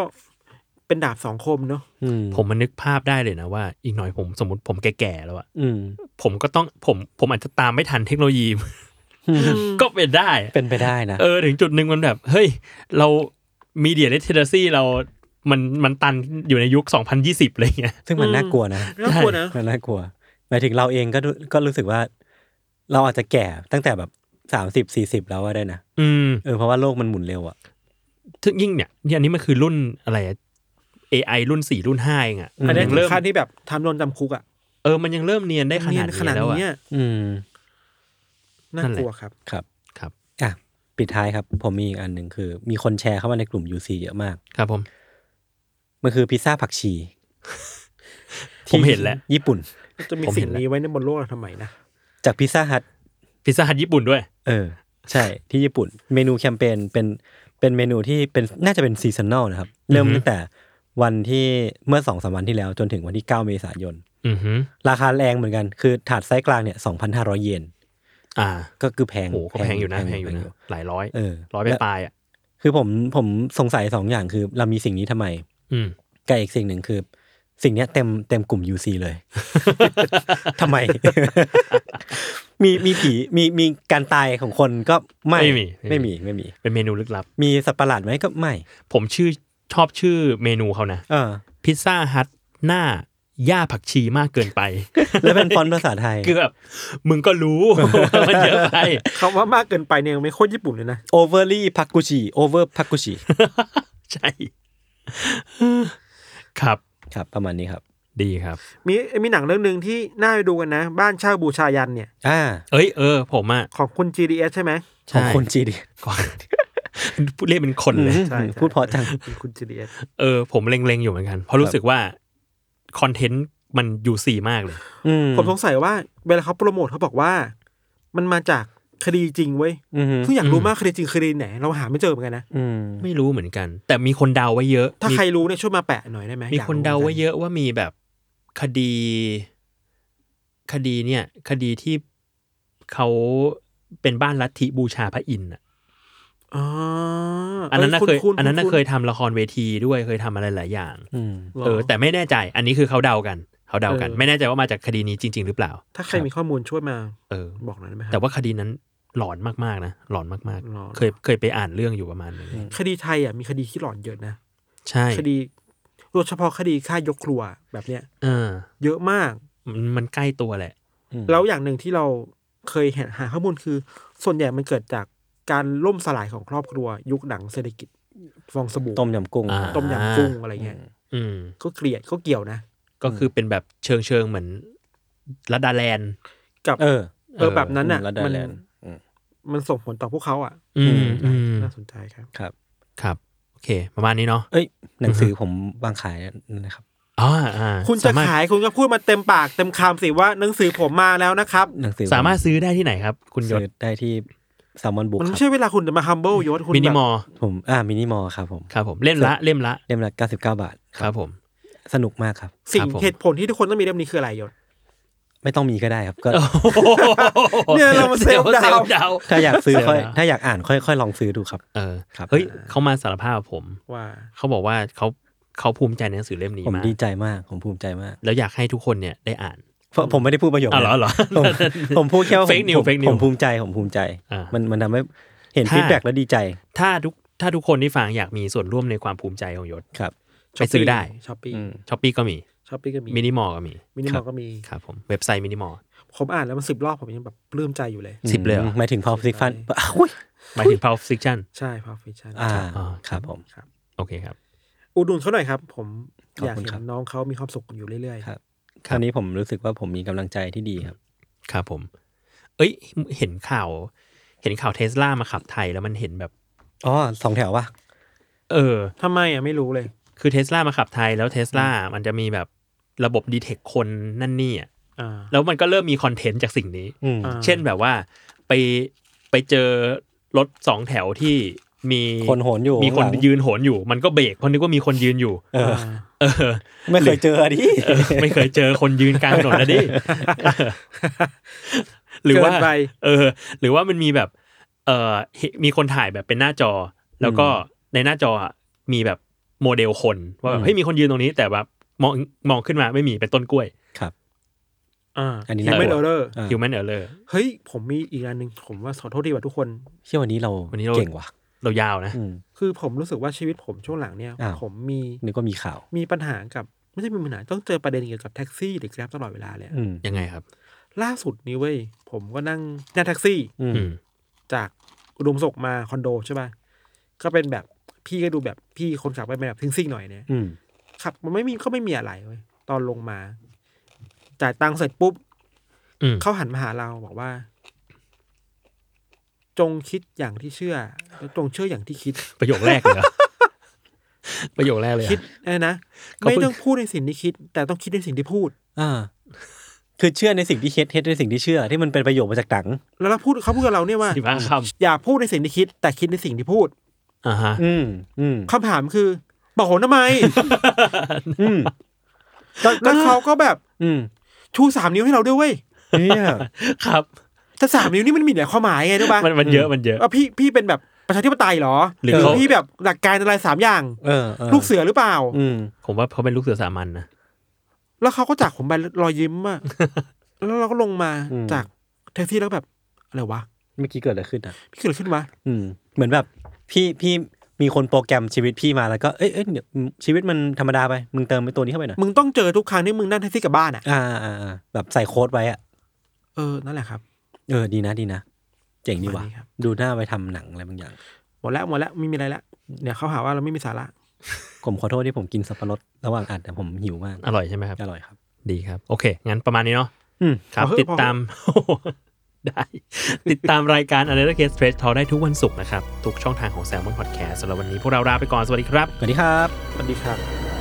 D: เป็นดาบสองคมเนาะ
B: อืม
C: ผมมันนึกภาพได้เลยนะว่า อีกหน่อยผมสมมติผมแก่ๆแล้วอะ
B: อืม
C: ผมก็ต้องผมผมอาจจะตามไม่ทันเทคโนโลยี ก็เป็นได้
B: เป็นไปได้นะ
C: เออ ถึงจุดหนึ่งมันแบบ เฮ้ย เรามีเดียเลทเทอร์ซี่เรา มันมันตันอยู่ในยุค 2020อะไรเงี้ย
B: ซึ่งมันน่ากลัวนะ
D: น่ากลัวนะ
B: มันน่ากลัวหมายถึงเราเองก็ดูก็รู้สึกว่า เราอาจจะแก่ตั้งแต่แบบสามสิบสี่สิบแล้วก็ได้นะ
C: อืม
B: เออเพราะว่าโลกมันหมุนเร็วอ่ะ
C: ถึงยิ่งเนี่ยเนี่ยอันนี้มันคือรุ่นอะไรอะ AI รุ่นสี่รุ่นห้าเองอะ
B: ม
D: อันนี้
C: ยั
D: ถึ
C: งเริ่
D: ง
C: ม
D: ขั้นที่แบบทำโดนจำคุกอ่ะ
C: เออ มันยังเริ่มเนียนได้ขนาด
D: เย
C: นี้แล้วอะ
D: อะ
B: อืม
C: นั่
D: น่าน
C: แหละ
D: กลัวครับ
B: ครับ
C: ครับ
B: อ่ะปิดท้ายครับ ผมมีอีกอันหนึ่งคือ มีคนแชร์เข้ามาในกลุ่ม UC เยอะมาก
C: ครับผม
B: มันคือพิซซ่าผักชี
C: ผมเห็นแล้ว
B: ญี่ปุ่น
D: จะมี
C: ผมเห็น
D: สิ่งนี้ไว้ในบนโลกเราทำไมนะ
B: จากพิซซ่าฮัท
C: พิซซ่าฮัทญี่ปุ่นด้วย
B: เออ ใช่ ที่ญี่ปุ่น เมนูแคมเปญเป็นเป็นเมนูที่เป็นน่าจะเป็นซีซันแนลนะครับ เริ่ม
C: อือฮึ
B: ตั้งแต่วันที่เมื่อสองสามวันที่แล้ว จนถึงวันที่เก้าเมษายน
C: อือฮึ
B: ราคาแรงเหมือนกันคือถาดไซส์กลางเนี่ยสองพันห้าร้อยเยน
C: อ่า
B: ก็คือแพง
C: โอ้โหก็แพงอยู่นะแพงอยู่นะหลายร้อย
B: เออ
C: ร้อยไปปลายๆอ่ะ
B: คือผมผมสงสัยสองอย่างคือเรามีสิ่งนี้ทำไม
C: อืม
B: กับอีกสิ่งหนึ่งคือ สิ่งเนี้ยเต็มเต็มกลุ่ม UC
C: [LAUGHS]
B: เลย ทำไม [LAUGHS] มีมีผีมีมีการตายของคนก็ไม่
C: ไม่มีไม่
B: ไม่
C: มี
B: มีไม่มี
C: เป็นเมนูลึกลับ
B: มีสัตว์ประหลาดไหมก็ไม่
C: ผมชื่อชอบชื่อเมนูเขานะ
B: เออ
C: พิซซ่าฮัทหน้าหญ้าผักชีมากเกินไป
B: แล้วเป็นฟอนต์ภาษาไทย
C: คือแบบมึงก็รู้ [LAUGHS] ว่ามันเยอะไป
D: คำว่ามากเกินไปเนี่ยไม่โคตรญี่ปุ่นเลยนะ
B: overly พักกุชิ over พักกุชิ
C: ใช่ ครับ
B: ครับ ประมาณนี้ครับ
C: ดีครับ
D: มีมีหนังเรื่องหนึ่งที่น่าไปดูกันนะ บ้านเช่าบูชายันเนี่ย
B: อ่า
C: เอ้ยเออ ผมอ่ะ
D: ของคุณ GDS ใช่ไหม
B: ของ [LAUGHS] คนจีดี
C: ก่อน พูดเรียกเป็นคนเลย
B: อืม
D: ใช่ใช่
B: พูดเพอจัง
D: เป็นคุณ GDS
C: เออ ผมเล็งๆอยู่เหมือนกัน เพราะรู้สึกว่า คอนเทนต์มันยูซีมากเลย
B: อืม
D: ผมสงสัยว่าเวลาเขาโปรโมทเขาบอกว่า มันมาจากคดีจริงเว้ย
B: อือฮึ
D: ซึ่งอยากรู้
C: อืม
D: มากคดีจริงคดีไหน เราหาไม่เจอเหมือนกันนะ
B: อืม
C: ไม่รู้เหมือนกัน แต่มีคนเดาไว้เยอะ
D: ถ้า
C: มี
D: ใครรู้เนี่ยช่วยมาแปะหน่อยได้ไหม
C: มี
D: ยก
C: คน
D: รู้
C: เดาไว้
D: หมืนก
C: เยอะว่ามีแบบคดี คดีเนี่ย คดีที่เขาเป็นบ้านลัทธิบูชาพระอินทร์น่ะ
D: ั อ๋อ
C: อันนั้นน่ะ
D: ฮ้
C: เคย
D: ณณ
C: อันนั้นน่ะ
D: ณ
C: เคยทำละครเวทีด้วยเคยทำอะไรหลายอย่าง
B: อืม
D: หร
C: เออแต่ไม่แน่ใจอันนี้คือเขาเดากันเขาเดากัน
D: เออ
C: ไม่แน่ใจว่ามาจากคดีนี้จริง ๆ หรือเปล่า
D: ถ้าใครมีข้อมูลช่วยมา
C: เออ
D: บอกหน่อยได้ไหมครับ
C: แต่ว่าคดีนั้นหลอนมากๆนะหลอนมาก
D: หลอน
C: ๆ เคยเคยไปอ่านเรื่องอยู่ประมาณหนึง
B: อืม
D: คดีไทยอ่ะมีคดีที่หลอนเยอะนะ
C: ใช่
D: คดีโดยเฉพาะคดีฆ่ายกครัวแบบเนี้ย
C: เออ
D: เยอะมาก
C: มันมันใกล้ตัวแหละ
D: แล้วอย่างหนึ่งที่เราเคยเห็นหาข้อมูลคือ ส่วนใหญ่มันเกิดจากการล่มสลายของครอบครัว ยุคหนังเศรษฐกิจฟองสบู่
B: ต้มยำกุ้ง
C: อ่า
D: ต้มยำกุ้งอะไรเงี้ย
C: อืม
D: ก็เกลียดก็เกี่ยวนะ
C: ก็คือเป็นแบบเชิงเชิงๆเหมือนรัดดาแลนด์
D: กับ
B: เออ
D: เออแบบนั้นอ่ะ
B: แล้วได้
D: มั
B: แลนด์อืม
D: มันส่งผลต่อพวกเขาอ่ะ
C: อืมอืม
D: น่าสนใจครับ
B: ครับ
C: ครับ โอเค ประมาณนี้เนาะ
B: เอ้ยหนังสือผมวางขายนะครับ
C: อ๋ออ่า
D: คุณจะ
C: สามารถ
D: ขายคุณก็พูดมาเต็มปากเต็มคำสิว่าหนังสือผมมาแล้วนะครับ
B: หนังสือ
C: สามารถซื้อได้ที่ไหนครับ คุณยศ
B: ซื้อได้ที่แซลมอนบุ๊ก
D: มัน
B: ครับ
D: ไม่ใช่เวลาคุณจะมา humble ยศคุณ
C: มินิ
D: แบบ
C: มอล
B: ผมอ่ามินิมอลครับผม
C: ครับผมเล่มละเล่มละ
B: เล่มละ99 บาท
C: ครับ ผม
B: สนุกมากครับ
D: สิ่ง
C: ครับผม
D: เหตุผลที่ทุกคนต้องมีเล่มนี้คืออะไรยศ
B: ไม่ต้องมีก็ได้ครับก็
D: เนี่ยเรามาเซลล์ดาวน์
C: ซล์ดาวน์
B: ถ้าอยากซื้อค่อย
C: เสียแล้ว
B: ถ้าอยากอ่านค่อยค่อยลองซื้อดูครับ
C: เออ
B: ครับ
C: เฮ้ยเขามาสารภาพกับผม
D: ว่า
C: เขาบอกว่าเขาเขาภูมิใจในหนังสือเล่มนี้
B: ผม
C: มาก
B: ดีใจมากผมภูมิใจมาก
C: แล้วอยากให้ทุกคนเนี่ยได้อ่าน
B: เพราะผมไม่ได้พูดประโยค
C: อ้าวเหรอ
B: นั้น
C: เหรอ
B: ผมผมพูดแค่ว่าผม
C: Fake news
B: ผม
C: fake news
B: ผมภูมิใจผมภูมิใจ
C: อ่ามั
B: มันมันทำให้เห็น
C: ถ้า
B: ฟีดแบ็กแล้วดีใจ
C: ถ้าทุกถ้าทุกคนที่ฟังอยากมีส่วนร่วมในความภูมิใจของยศ
B: ครับ
C: ไปซื้อได้
D: ช้อปปี้
B: อืม
C: ช้อปปี้ก็มี
D: ช้อปปี้ก็มี
C: มินิมอลก็มี
D: มินิมอลก็มี
C: ครับผมเว็บไซต์มินิมอล
D: ผมอ่านแล้วมันสิบรอบผมยังแบบปลื้มใจอยู่เลย
C: สิบเลยเหรอ
B: หมายถึงพอซิกฟัน
C: หมายถึง Pulp Fiction
D: ใช่พาวฟิชัน
B: อ่า
C: อ่า
B: ครับผม
D: ครับ
C: โอเคครับ
D: อุดหนุนเขาหน่อยครับ ผม
B: ขอบคุณ
D: อยากเห็
B: ครับ
D: นน้องเขามีความสุขอยู่เรื่อย
B: ครับ
C: ค
B: ค
C: รั
B: รา
C: บ
B: วนี้ผมรู้สึกว่าผมมีกำลังใจที่ดีครับ
C: ครับผม เอ้ย เห็นข่าว เห็นข่าวเทสลามาขับไทยแล้วมันเห็นแบบ
B: อ๋อสองแถววะ
C: เออ
D: ๆทำไมอ่ะไม่รู้เลย
C: คือเทสลามาขับไทยแล้วเทสลามันจะมีแบบระบบดีเทคคนนั่นนี่อ่ะ
D: อ่า
C: แล้วมันก็เริ่มมีคอนเทนต์จากสิ่งนี้
B: อืม
D: อ่า
C: เช่นแบบว่าไปไปเจอรถสองแถวที่มี
B: คนโหนอยู่
C: มีคน
B: ข้างหลัง
C: ยืนโหนอยู่ มันก็เบรกเพราะนึกว่ามีคนยืนอยู่
B: เออ
D: า
C: เออ
B: ไม่เคยเจออะดิ
C: เออ ไม่เคยเจอคนยืนกลางถนนนะ
B: [LAUGHS]
C: ดิเออหรือว่า
D: เกินไป
C: เออ หรือว่ามันมีแบบ เออเห็นมีคนถ่ายแบบเป็นหน้าจอ แล้วก็ในหน้าจออะมีแบบโมเดลคนว่าแบบเฮ้ยมีคนยืนตรงนี้ แต่แบบมองมองขึ้นมาไม่มีเป็นต้นกล้วย
B: ครับ
D: อ่า
B: อันนี้
D: ยังไม่
B: น่ากลั
D: เอ
B: ว
D: อเลอร์
B: อ่า
C: human error
D: เฮ้ย ผมมีอีกอันหนึ่งผมว่าขอโทษทีว่าทุกคน
B: เชื่อวันนี้เรา
C: วันนี้เรา
B: เก่งว่ะ
C: เรายาวนะ
B: อืม
D: คือผมรู้สึกว่าชีวิตผมช่วงหลังเนี่ย
B: อ้าว
D: ผมมี
B: นึกว่ามีข่าว
D: มีปัญหากับ ไม่ใช่มีปัญหาต้องเจอประเด็นเกี่ยวกับแท็กซี่หรือแกร็บตลอดเวลาเลยอะ
B: อืม
C: ยังไงครับ
D: ล่าสุดนี้เว้ยผมก็นั่งนั่งแท็กซี่
B: อืม
C: อืม
D: จากอุดมศกมาคอนโดใช่ป่ะ ก็เป็นแบบพี่ก็ดูแบบพี่คนขับก็เป็นแบบทิ้งซิ่งหน่อยเนี่ย
B: อืม
D: ขับมันไม่มีก็ไม่มีอะไรเว้ยตอนลงมา จ่ายตังค์เสร็จปุ๊บ
C: อืม
D: เขาหันมาหาเราบอกว่า จงคิดอย่างที่เชื่อแล้วจงเชื่ออย่างที่คิด
C: ประโยคแรกเลยเหรอ ประโยคแรกเลยเหรอ
D: คิดอะไรนะ
C: เขา
D: ไม่
C: เพิ่ง
D: ต้องพูดในสิ่งที่คิด แต่ต้องคิดในสิ่งที่พูด
B: อ่า คือเชื่อในสิ่งที่เฮ็ดเฮ็ดในสิ่งที่เชื่อ ที่มันเป็นประโยชน์มาจากหนัง
D: แล้วเราพูดเขาพูดกับเราเนี่ยว่า
C: สิบห้าค
D: อย่าพูดในสิ่งที่คิด แต่คิดในสิ่งที่พูด
C: ำอ่าฮะ
B: อืม อืม
D: คำถามคือ บอกผม
C: [LAUGHS]
D: ทำไม
B: อืม
D: แล้วเขาก็แบบ
B: อืม
D: ชูสามนิ้วให้เราด้วยเว้ย
B: เนี่ย
C: ครับ
D: แต่สามนิ้วนี่มันมีหลายความหมายไงรู้ป่ะ
C: มันมันเยอะมันเยอะ
D: ว่าพี่พี่เป็นแบบประชาธิปไตยเหรอ
C: หรือเขา
D: พี่แบบหลักการอะไรสามอย่าง
B: เออเออ
D: ลูกเสือหรือเปล่า
B: อืม
C: ผมว่าเขาเป็นลูกเสือสามัญนะ
D: แล้วเขาก็จากผมไปรอยยิ้ม
B: [LAUGHS]
D: อะแล้วเราก็ลงมา
B: อืม
D: จากแท็กซี่แล้วแบบอะไรวะ
B: เมื่อกี้เกิดอะไรขึ้นอ่ะ
D: พี่เกิดอะไรขึ้นวะ
B: อืม เหมือนแบบ พี่พี่มีคนโปรแกรมชีวิตพี่มาแล้วก็เอ้ยเอ้ยเดี๋ยวชีวิตมันธรรมดาไป มึงเติมไปตัวนี้เข้าไปหน่อย
D: มึงต้องเจอทุกครั้งที่มึงนั่งแท็กซี่กลับบ้านอะ
B: อ่าอ่าอ่าแบบใส่โค้ดไว้อ่ะ
D: เออนั่นแหละครับ
B: เออ ดีนะดีนะ เจ๋งดีว่ะ
D: วันนี้ครับ
B: ดูหน้าไปทำหนังอะไรบางอย่าง
D: หมดแล้วหมดแล้วไม่มีอะไรแล้วเดี๋ยวเขาหาว่าเราไม่มีสาระ
B: ผมขอโทษที่ผมกินสับปะรดระหว่างอัดแต่ผมหิวมาก
C: อร่อยใช่ไหมครับ
B: อร่อยครับ
C: ดีครับ โอเค งั้นประมาณนี้เนาะ
B: อืม
C: ครับ ติดตาม [LAUGHS] ได้ ติดตามรายการ a n a l y c a s e Stress Talk ได้ทุกวันศุกร์นะครับ ทุกช่องทางของ Salmon Podcast สำหรับวันนี้พวกเราลาไปก่อน สวัสดีครับ
B: สวัสดีครับ
D: สวัสดีครับ